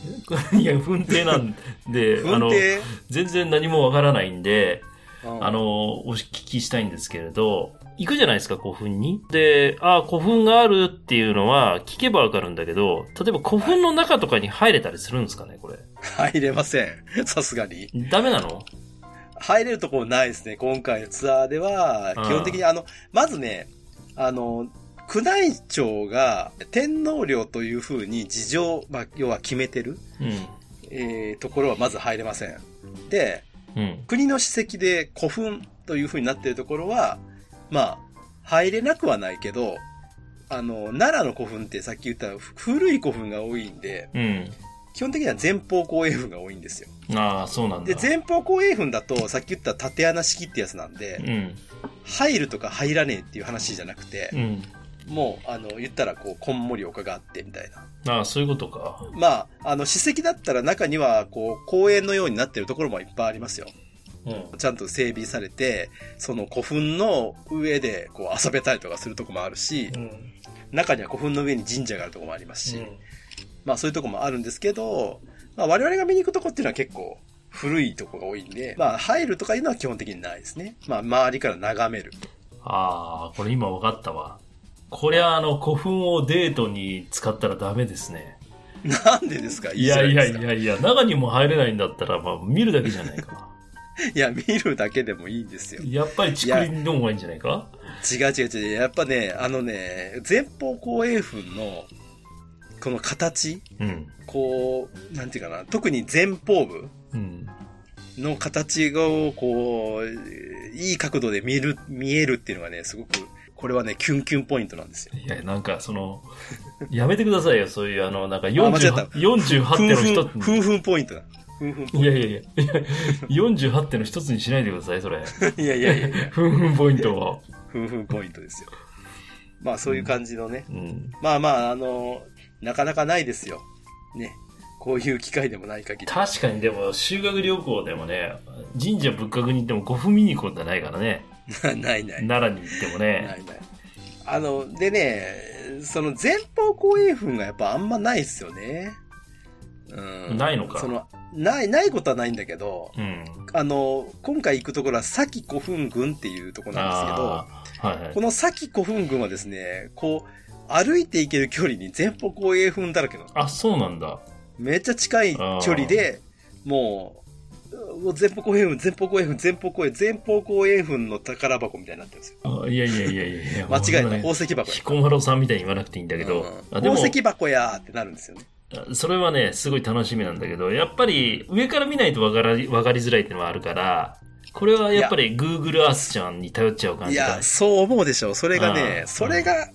Speaker 2: いや、墳邸なんで、あ
Speaker 3: 墳
Speaker 2: の、
Speaker 3: 邸
Speaker 2: 全然何もわからないんで、
Speaker 3: うん
Speaker 2: あの、お聞きしたいんですけれど、行くじゃないですか、古墳に。で、あ古墳があるっていうのは聞けばわかるんだけど、例えば古墳の中とかに入れたりするんですかね、これ。
Speaker 3: 入れません。さすがに。
Speaker 2: ダメなの
Speaker 3: 入れるところないですね。今回のツアーでは、
Speaker 2: うん
Speaker 3: 基本的にあの、まずね、あの、宮内庁が天皇陵というふうに事情、まあ、要は決めてる、
Speaker 2: う
Speaker 3: えーところはまず入れません。で、
Speaker 2: ん。うん。
Speaker 3: 国の史跡で古墳というふうになってるところは、まあ、入れなくはないけど、あの、奈良の古墳ってさっき言った古い古墳が多いんで、
Speaker 2: うん。
Speaker 3: 基本的には前方後円墳が多いんですよ。
Speaker 2: ああ、そうなんだ。
Speaker 3: で、前方後円墳だと、さっき言った縦穴式ってやつなんで、
Speaker 2: うん。
Speaker 3: 入るとか入らねえっていう話じゃなくて
Speaker 2: う、ん。
Speaker 3: もう、あの、言ったら、こう、こんもり丘があって、みたいな。
Speaker 2: ああ、そういうことか。
Speaker 3: まあ、あの、史跡だったら中には、こう、公園のようになってるところもいっぱいありますよ。
Speaker 2: うん。
Speaker 3: ちゃんと整備されて、その古墳の上で、こう、遊べたりとかするとこもあるし、
Speaker 2: うん。
Speaker 3: 中には古墳の上に神社があるとこもありますし、まあそういうとこもあるんですけど、まあ我々が見に行くとこっていうのは結構古いとこが多いんで、まあ入るとかいうのは基本的にないですね。まあ周りから眺める。
Speaker 2: ああ、これ今わかったわ。こりゃ、あの、古墳をデートに使ったらダメですね。
Speaker 3: なんでですか
Speaker 2: いやいやい。
Speaker 3: じゃな
Speaker 2: やいや、中にも入れないんだったら、まあ、見るだけじゃないか。
Speaker 3: ですかいや、見るだけでもいいんですよ。
Speaker 2: やっぱり竹林の方がいいんじゃないか
Speaker 3: 違う違う違う。やっぱね、あのね、前方後円墳の、この形、
Speaker 2: うん。
Speaker 3: こう、なんていうかな、特に前方部
Speaker 2: うん。
Speaker 3: の形を、こう、いい角度で見る、見えるっていうのがね、すごく、これはね、キュンキュンポイントなんですよ。
Speaker 2: いや、なんか、その、やめてくださいよ、そういう、あの、なんか
Speaker 3: あ間違った
Speaker 2: 48、48手の一つ
Speaker 3: ふ
Speaker 2: に。
Speaker 3: んふんポイントだ。ふんふんポ
Speaker 2: い
Speaker 3: イン
Speaker 2: やいやいや、48手の一つにしないでください、それ。
Speaker 3: ト。いやいやいやいや、
Speaker 2: ふんふんポイントを。
Speaker 3: ふんふんポイントですよ。まあそういう感じのね。
Speaker 2: うん。
Speaker 3: まあまあ、あの、なかなかないですよ。ね。こういう機会でもない限り。
Speaker 2: 確かに、でも、修学旅行でもね、神社仏閣に行っても古墳見に行こうってないからね。
Speaker 3: ないない。
Speaker 2: 奈良に行っても
Speaker 3: ないな
Speaker 2: ね。
Speaker 3: い。あの、でね、その前方後円墳がやっぱあんまないっすよね。うん。
Speaker 2: ないのか
Speaker 3: その、ない、ないことはないんだけど、
Speaker 2: うん。
Speaker 3: あの、今回行くところは、さき古墳群っていうところなんですけど、
Speaker 2: ああ、はいはい
Speaker 3: こ。の先古墳群はですね、こう、歩いていける距離に前方後円墳だらけなの。
Speaker 2: あ、そうなんだ。
Speaker 3: めっちゃ近い距離で、もう、もう前方後円墳、前方後円墳、前方後円、前方後円墳の宝箱みたいになってるんですよ。
Speaker 2: あいやいやいやいやいや。
Speaker 3: 間違え
Speaker 2: もうね
Speaker 3: た。宝石箱や。
Speaker 2: 彦摩呂さんみたいに言わなくていいんだけど、
Speaker 3: うん
Speaker 2: あでも
Speaker 3: 宝石箱やーってなるんですよね。
Speaker 2: それはねすごい楽しみなんだけどやっぱり上から見ないと分から分かりづらいっていうのはあるからこれはやっぱり Google Earth ちゃんに頼っちゃう感
Speaker 3: い
Speaker 2: じだ
Speaker 3: や、そう思うでしょう。それが
Speaker 2: う
Speaker 3: ね、
Speaker 2: ん
Speaker 3: それが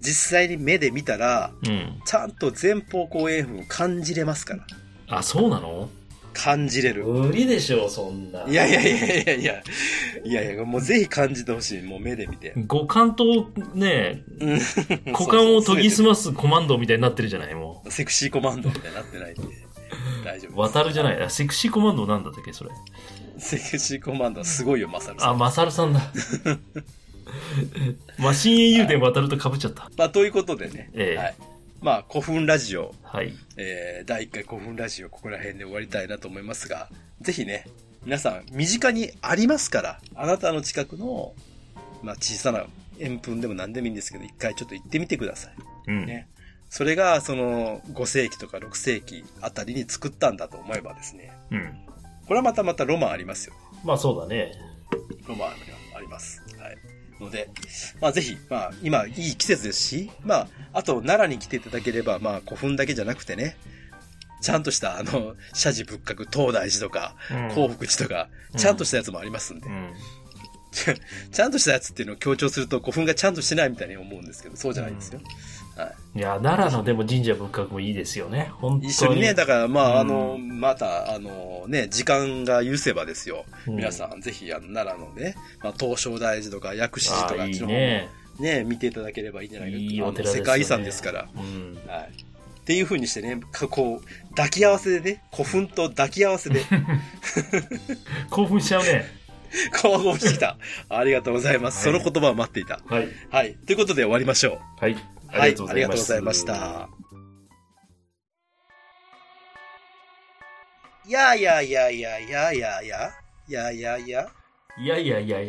Speaker 3: 実際に目で見たら、
Speaker 2: うん。
Speaker 3: ちゃんと前方後円墳を感じれますから。
Speaker 2: あ、そうなの
Speaker 3: 感じれる。
Speaker 2: 無理でしょう、そんな。
Speaker 3: いやいやいやいやいや。いやいや、もうぜひ感じてほしい。もう目で見て。
Speaker 2: 五感とね、
Speaker 3: うん
Speaker 2: 股間を研ぎ
Speaker 3: そうそう
Speaker 2: 澄ますコマンドみたいになってるじゃない、も
Speaker 3: セクシーコマンドみたいになってないんで。大丈夫で
Speaker 2: う。
Speaker 3: す。
Speaker 2: 渡るじゃない。あセクシーコマンドなんだったっけ、それ。
Speaker 3: セクシーコマンドはすごいよ、マサルさ
Speaker 2: あ、
Speaker 3: ん。
Speaker 2: マサルさ んだ。マシン au で渡ると被っちゃった。
Speaker 3: まあ、ということでね。
Speaker 2: ええ
Speaker 3: はい。まあ、古墳ラジオ、
Speaker 2: はい。
Speaker 3: えー、第1回古墳ラジオ、ここら辺で終わりたいなと思いますが、ぜひね、皆さん、身近にありますから、あなたの近くの、まあ、小さな円墳でも何でもいいんですけど、一回ちょっと行ってみてください。
Speaker 2: うん。
Speaker 3: ねそれが、その、5世紀とか6世紀あたりに作ったんだと思えばですね、
Speaker 2: うん。
Speaker 3: これはまたまたロマンありますよ。
Speaker 2: まあそうだね。
Speaker 3: のもあります。はい。ので、まあぜひ、まあ今いい季節ですし、まああと奈良に来ていただければ、まあ古墳だけじゃなくてね、ちゃんとしたあの、社寺仏閣、東大寺とか、
Speaker 2: うん
Speaker 3: 興福寺とか、
Speaker 2: うん
Speaker 3: ちゃんとしたやつもありますんで、
Speaker 2: うん。
Speaker 3: ちゃちゃんとしたやつっていうのを強調すると古墳がちゃんとしてないみたいに思うんですけど、そうじゃないんですよ。はい。
Speaker 2: いや、奈良のでも神社仏閣もいいですよね。本当に。
Speaker 3: 一緒にね、だからまああの、
Speaker 2: う
Speaker 3: またあのね、時間が許せばですよ、
Speaker 2: うん
Speaker 3: 皆さんぜひあの奈良のね、まあ東照大寺とか薬師寺
Speaker 2: あ
Speaker 3: とか、
Speaker 2: あ、いい
Speaker 3: あっちの方
Speaker 2: ね。
Speaker 3: ね、見ていただければいいんじゃないか
Speaker 2: いいお寺ですよね
Speaker 3: 世界遺産ですから。
Speaker 2: うん。
Speaker 3: はい。っていうふうにしてね、かこう、抱き合わせでね、古墳と抱き合わ せで、
Speaker 2: 興奮しちゃうね。
Speaker 3: 交互してきた。ありがとうございます。
Speaker 2: はい
Speaker 3: その言葉を待っていた。
Speaker 2: はい。
Speaker 3: はい。ということで終わりましょ
Speaker 2: はい。
Speaker 3: う。はい。ありがとうございまし。た。いやいやいやいやいやいやいや。いやいやいや。
Speaker 2: いやいやいやい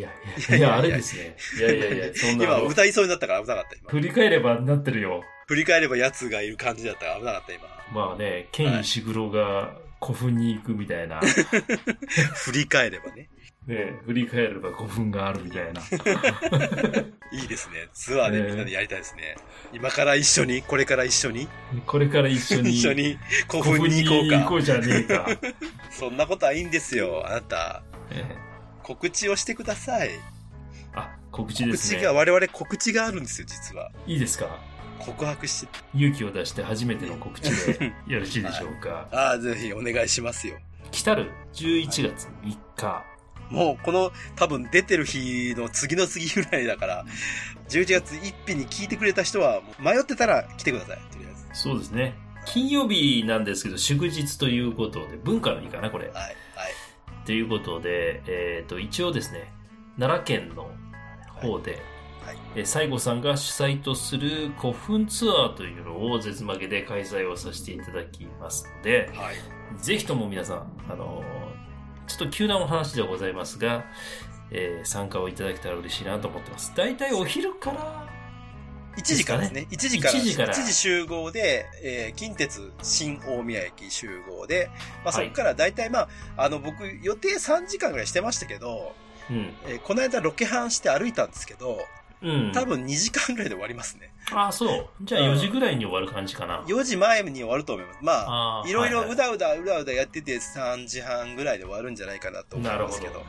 Speaker 2: や
Speaker 3: やいやいや
Speaker 2: いや、あれですね。いやいやいや、そんな
Speaker 3: 今
Speaker 2: の。
Speaker 3: 歌いそうになったから危なかった、今。
Speaker 2: 振り返ればなってるよ。
Speaker 3: 振り返れば奴がいる感じだったから危なかった、今。
Speaker 2: まあね、ケンイシグロが古墳に行くみたいな。
Speaker 3: 振り返ればね。
Speaker 2: ね、振り返れば古墳があるみたいな。
Speaker 3: いいですね。ツアーで
Speaker 2: ねえ
Speaker 3: みんなでやりたいですね。今から一緒に、これから一緒に、
Speaker 2: これから一緒に。
Speaker 3: 一緒に古
Speaker 2: 古
Speaker 3: 墳
Speaker 2: 墳
Speaker 3: に
Speaker 2: に
Speaker 3: 行こう
Speaker 2: 行こ
Speaker 3: か。
Speaker 2: うじゃねえか。
Speaker 3: そんなことはいいんですよ。あなた、
Speaker 2: え
Speaker 3: 告知をしてください。
Speaker 2: えあ、告知で
Speaker 3: 告
Speaker 2: す
Speaker 3: 知
Speaker 2: ね
Speaker 3: が、。我々告知があるんですよ、実は。
Speaker 2: いいですか
Speaker 3: 告白して、
Speaker 2: 勇気を出して初めての告知 でよろしいでしょうか。
Speaker 3: ああ、ぜひお願いしますよ。
Speaker 2: 来たる11月3日。
Speaker 3: もう、この、多分出てる日の次の次ぐらいだから、11月1日に聞いてくれた人は、もう迷ってたら来てください。とりあえず。
Speaker 2: そうですね。金曜日なんですけど、祝日ということで、文化の日かな、これ。
Speaker 3: はい。はい。
Speaker 2: ということで、えっ、と、一応ですね、奈良県の方で、
Speaker 3: はいはい
Speaker 2: えー西郷さんが主催とする古墳ツアーというのを絶負けで開催をさせていただきますので、
Speaker 3: はい。
Speaker 2: ぜひとも皆さん、あのーちょっと急なお話ではございますが、えー参加をいただけたら嬉しいなと思ってます。大体お昼から、
Speaker 3: 1時からですね。1時から。
Speaker 2: 1時から
Speaker 3: 1時集合で、えー近鉄新大宮駅集合で、まあ、
Speaker 2: は
Speaker 3: そ
Speaker 2: い
Speaker 3: こから大体まあ、あの、僕予定3時間ぐらいしてましたけど、
Speaker 2: うん。
Speaker 3: えーこの間ロケハンして歩いたんですけど、
Speaker 2: うん。
Speaker 3: 多分2時間ぐらいで終わりますね。
Speaker 2: ああ、そう。じゃあ4時ぐらいに終わる感じかな。
Speaker 3: 4時前に終わると思います。まあ、
Speaker 2: ああ
Speaker 3: いろいろう
Speaker 2: は
Speaker 3: だうだうだうだやってて3時半ぐらいで終わるんじゃないかなと思いますけど。
Speaker 2: なる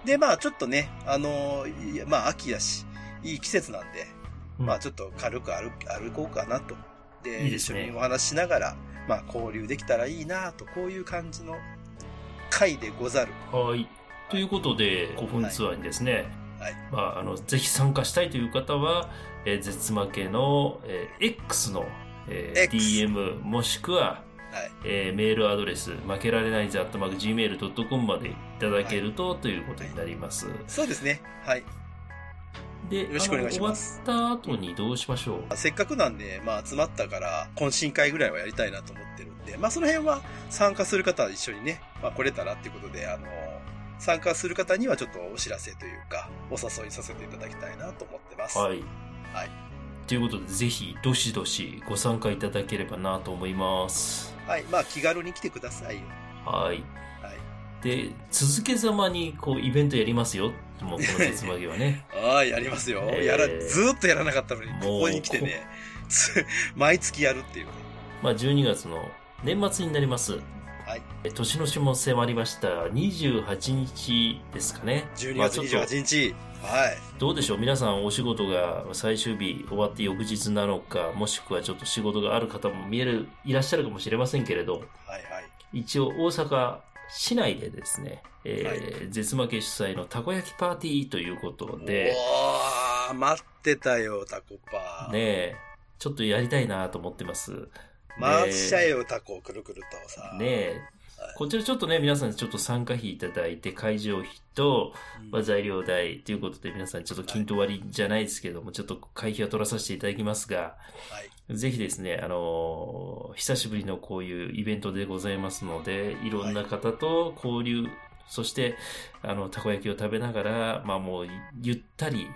Speaker 3: うん。で、まあちょっとね、あのー、いやまあ秋だし、いい季節なんで、
Speaker 2: うん
Speaker 3: まあちょっと軽く歩歩こうかなと。で、
Speaker 2: いいですね
Speaker 3: 一緒にお話ししながら、まあ交流できたらいいなと、こういう感じの回でござる。
Speaker 2: はい。ということで、古墳ツアーにですね、
Speaker 3: はい
Speaker 2: まあ、あの、ぜひ参加したいという方は、えー、絶負けの、えー X の、えー
Speaker 3: X
Speaker 2: DM もしくは、
Speaker 3: はい
Speaker 2: えーメールアドレス、負けられないぜ、アットマーク gmail.com までいただけると、ということになります。
Speaker 3: そうですね。はい。
Speaker 2: で、
Speaker 3: よろしくお願いします
Speaker 2: あの終わった後にどうしましょう
Speaker 3: せっかくなんで、まあ集まったから、懇親会ぐらいはやりたいなと思ってるんで、まあその辺は参加する方は一緒にね、まあ来れたらっていうことで、あの、参加する方にはちょっとお知らせというか、お誘いさせていただきたいなと思ってます。
Speaker 2: はい。
Speaker 3: はい
Speaker 2: ということで、ぜひ、どしどしご参加いただければなと思います。
Speaker 3: はい。まあ気軽に来てくださいよ。
Speaker 2: はい。で、続けざまに、こう、イベントやりますよ。もう、この節まげは ね。
Speaker 3: はい、やりますよ。
Speaker 2: えー
Speaker 3: やら、ずーっとやらなかったのに、
Speaker 2: もう
Speaker 3: ここに来てね、 つ毎月やるっていうね。
Speaker 2: まあ、12月の年末になります。
Speaker 3: はい。
Speaker 2: え年の瀬も迫りました。28日ですかね。
Speaker 3: 12月
Speaker 2: まあちょっと
Speaker 3: 28日。はい。
Speaker 2: どうでしょう皆さんお仕事が最終日終わって翌日なのか、もしくはちょっと仕事がある方も見える、いらっしゃるかもしれませんけれど、
Speaker 3: はいはい。
Speaker 2: 一応大阪市内でですね、えー絶負け主催のたこ焼きパーティーということで、
Speaker 3: おー、待ってたよ、タコパー。
Speaker 2: ねえ、ちょっとやりたいなと思ってます。
Speaker 3: 回っちゃえよ、タコ、くるくるとさ。
Speaker 2: ねえ、こちらちょっとね、皆さんちょっと参加費いただいて、会場費と、
Speaker 3: うん
Speaker 2: まあ、材料代ということで、皆さんちょっと均等割りじゃないですけども、ちょっと会費は取らさせていただきますが、
Speaker 3: はい。
Speaker 2: ぜひですね、あのー久しぶりのこういうイベントでございますので、いろんな方と交流、そして、あの、たこ焼きを食べながら、まあもう、ゆったり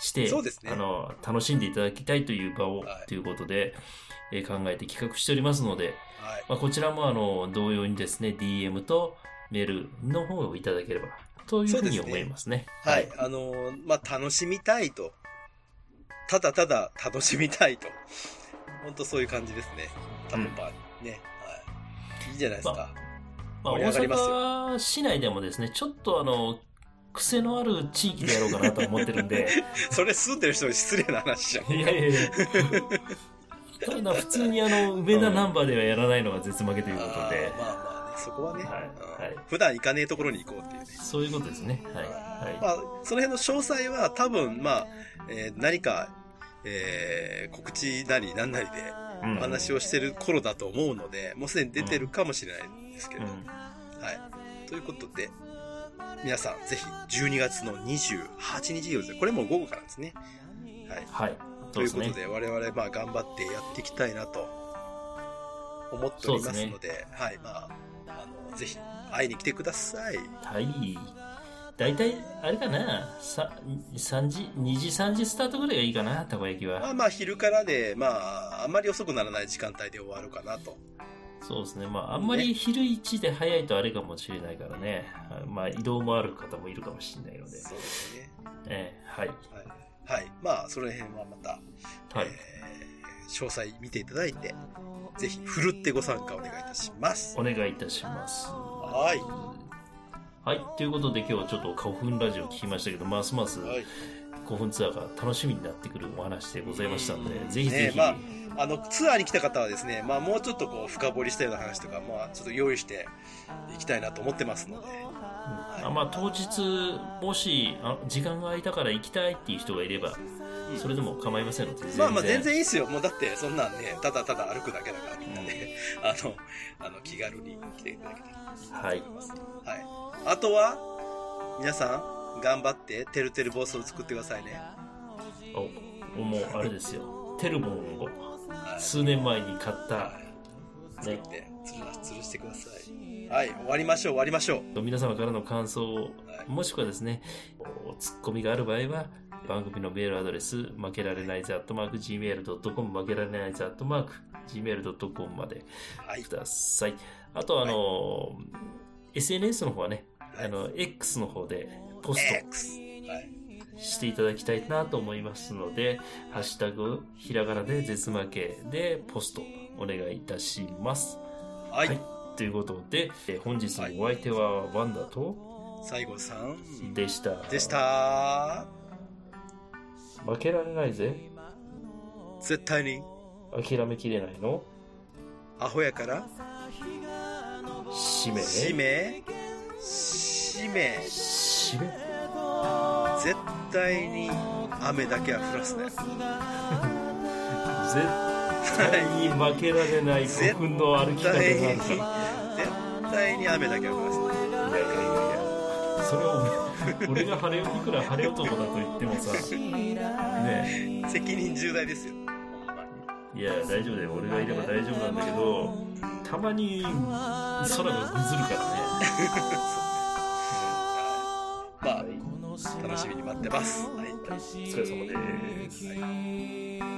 Speaker 2: して、
Speaker 3: そうですね
Speaker 2: あの、楽しんでいただきたいという場を、
Speaker 3: はい
Speaker 2: ということで、えー考えて企画しておりますので、
Speaker 3: はい。
Speaker 2: まあ、こちらもあの同様にですね DM とメールの方をいただければというふうに思いますね。
Speaker 3: はい。あのーまあ、楽しみたいと。ただただ楽しみたいと。本当そういう感じですね。タコパーね。はい。いいじゃないですか。
Speaker 2: まあ、
Speaker 3: 盛り
Speaker 2: 大
Speaker 3: 上がりますよ
Speaker 2: 阪市内でもですねちょっとあの癖のある地域でやろうかなと思ってるん で
Speaker 3: それ住んでる人に失礼な話 じゃん。
Speaker 2: いやいやいやただ普通にあの梅田ナンバーではやらないのが絶負けということ
Speaker 3: あ
Speaker 2: で
Speaker 3: ー、まあまあね、そこはね、
Speaker 2: はい
Speaker 3: うん
Speaker 2: はい
Speaker 3: 普段行かねえところに行こうっていうね。
Speaker 2: そういうことですね。はいはい
Speaker 3: まあ、その辺の詳細は多分、まあ、えー何か、えー告知なり何なりで
Speaker 2: うん
Speaker 3: お話をしてる頃だと思うので、もうすでに出てるかもしれないんですけ
Speaker 2: う
Speaker 3: ど、
Speaker 2: ん
Speaker 3: はい。ということで、皆さん、ぜひ、12月の28日夜ですね。これもう午後からですね。はい。
Speaker 2: はい、そ
Speaker 3: と
Speaker 2: うで
Speaker 3: いう
Speaker 2: す
Speaker 3: こと
Speaker 2: ね。
Speaker 3: で、我々、まあ、頑張ってやっていきたいなと、思っておりますので、はい。まあ、あの、ぜひ、会いに来てください。
Speaker 2: はい。大体、あれかな、さ3時、2時、3時スタートぐらいがいいかな、たこ焼き
Speaker 3: ま
Speaker 2: は。
Speaker 3: あまあ、昼からで、まあ、あんまり遅くならない時間帯で終わるかなと。
Speaker 2: そうですね。まあ、あんまり昼1で早いとあれかもしれないからね。はいまあ、移動もある方もいるかもしれないので。
Speaker 3: そうですね。
Speaker 2: ええはい。
Speaker 3: はい。はい。まあ、その辺はまた、
Speaker 2: はい
Speaker 3: え。ー詳細見ていただいて、ぜひ、ふるってご参加お願いいたします。
Speaker 2: お願いいたします。
Speaker 3: はい。
Speaker 2: はい。ということで、今日はちょっと古墳ラジオ聞きましたけど、ますます
Speaker 3: はい。
Speaker 2: 古墳ツアーが楽しみになってくるお話でございましたので、ぜひぜ
Speaker 3: ね
Speaker 2: ひ、
Speaker 3: まあの、ツアーに来た方はですね、まあ、もうちょっとこう、深掘りしたような話とか、まあ、ちょっと用意していきたいなと思ってますので、
Speaker 2: あまあ、当日もしあ時間が空いたから行きたいっていう人がいれば
Speaker 3: うん
Speaker 2: それでも構いませんので全然
Speaker 3: まあまあ、全然いいですよ。もう、だって、そんなんね、ただただ歩くだけだから、みんなね、 あの、あの、気軽に来ていただけたら。
Speaker 2: はい
Speaker 3: はい。あとは、皆さん、頑張って、てるてるボスを作ってくださいね。
Speaker 2: おもうあれですよテルボンを
Speaker 3: はい。
Speaker 2: 数年前に買った
Speaker 3: はい。
Speaker 2: ね
Speaker 3: 作って、つるら、つるしてください。はい、終わりましょう、終わりましょう。
Speaker 2: 皆様からの感想を
Speaker 3: はい
Speaker 2: もしくはですねおツッコミがある場合は番組のメールアドレス負けられないぜ gmail.com 負けられないぜ gmail.com まで
Speaker 3: はい
Speaker 2: く。ださい。あと、あの、SNS の方はね、
Speaker 3: はい
Speaker 2: あの、X の方でポス
Speaker 3: X。はい。
Speaker 2: トしていただきたいなと思いますので、ハッシュタグ、ひらがなで絶負けでポストお願いいたします。
Speaker 3: はい。
Speaker 2: はいということで、え本日のお相手はワンダと
Speaker 3: 最後さん。
Speaker 2: でした。
Speaker 3: でし。た。
Speaker 2: 負けられないぜ。
Speaker 3: 絶対に、
Speaker 2: 諦めきれないの。
Speaker 3: アホやから、
Speaker 2: 使命。
Speaker 3: 使命、使命、
Speaker 2: 使命。
Speaker 3: 絶対に、雨だけは降らすね。
Speaker 2: 絶対に負けられない古墳の歩き方
Speaker 3: 絶対に、
Speaker 2: なん
Speaker 3: 絶
Speaker 2: だ。
Speaker 3: 対に雨だけは降らすね。いやいやいや。
Speaker 2: それを俺 俺が晴れいくら晴れ男だと言ってもさね
Speaker 3: 責任重大ですよ。
Speaker 2: えいや大丈夫だよ俺がいれば大丈夫なんだけどたまに空がぐずるからね
Speaker 3: まあ、楽しみに待ってます。はい。
Speaker 2: お疲れ様です
Speaker 3: はい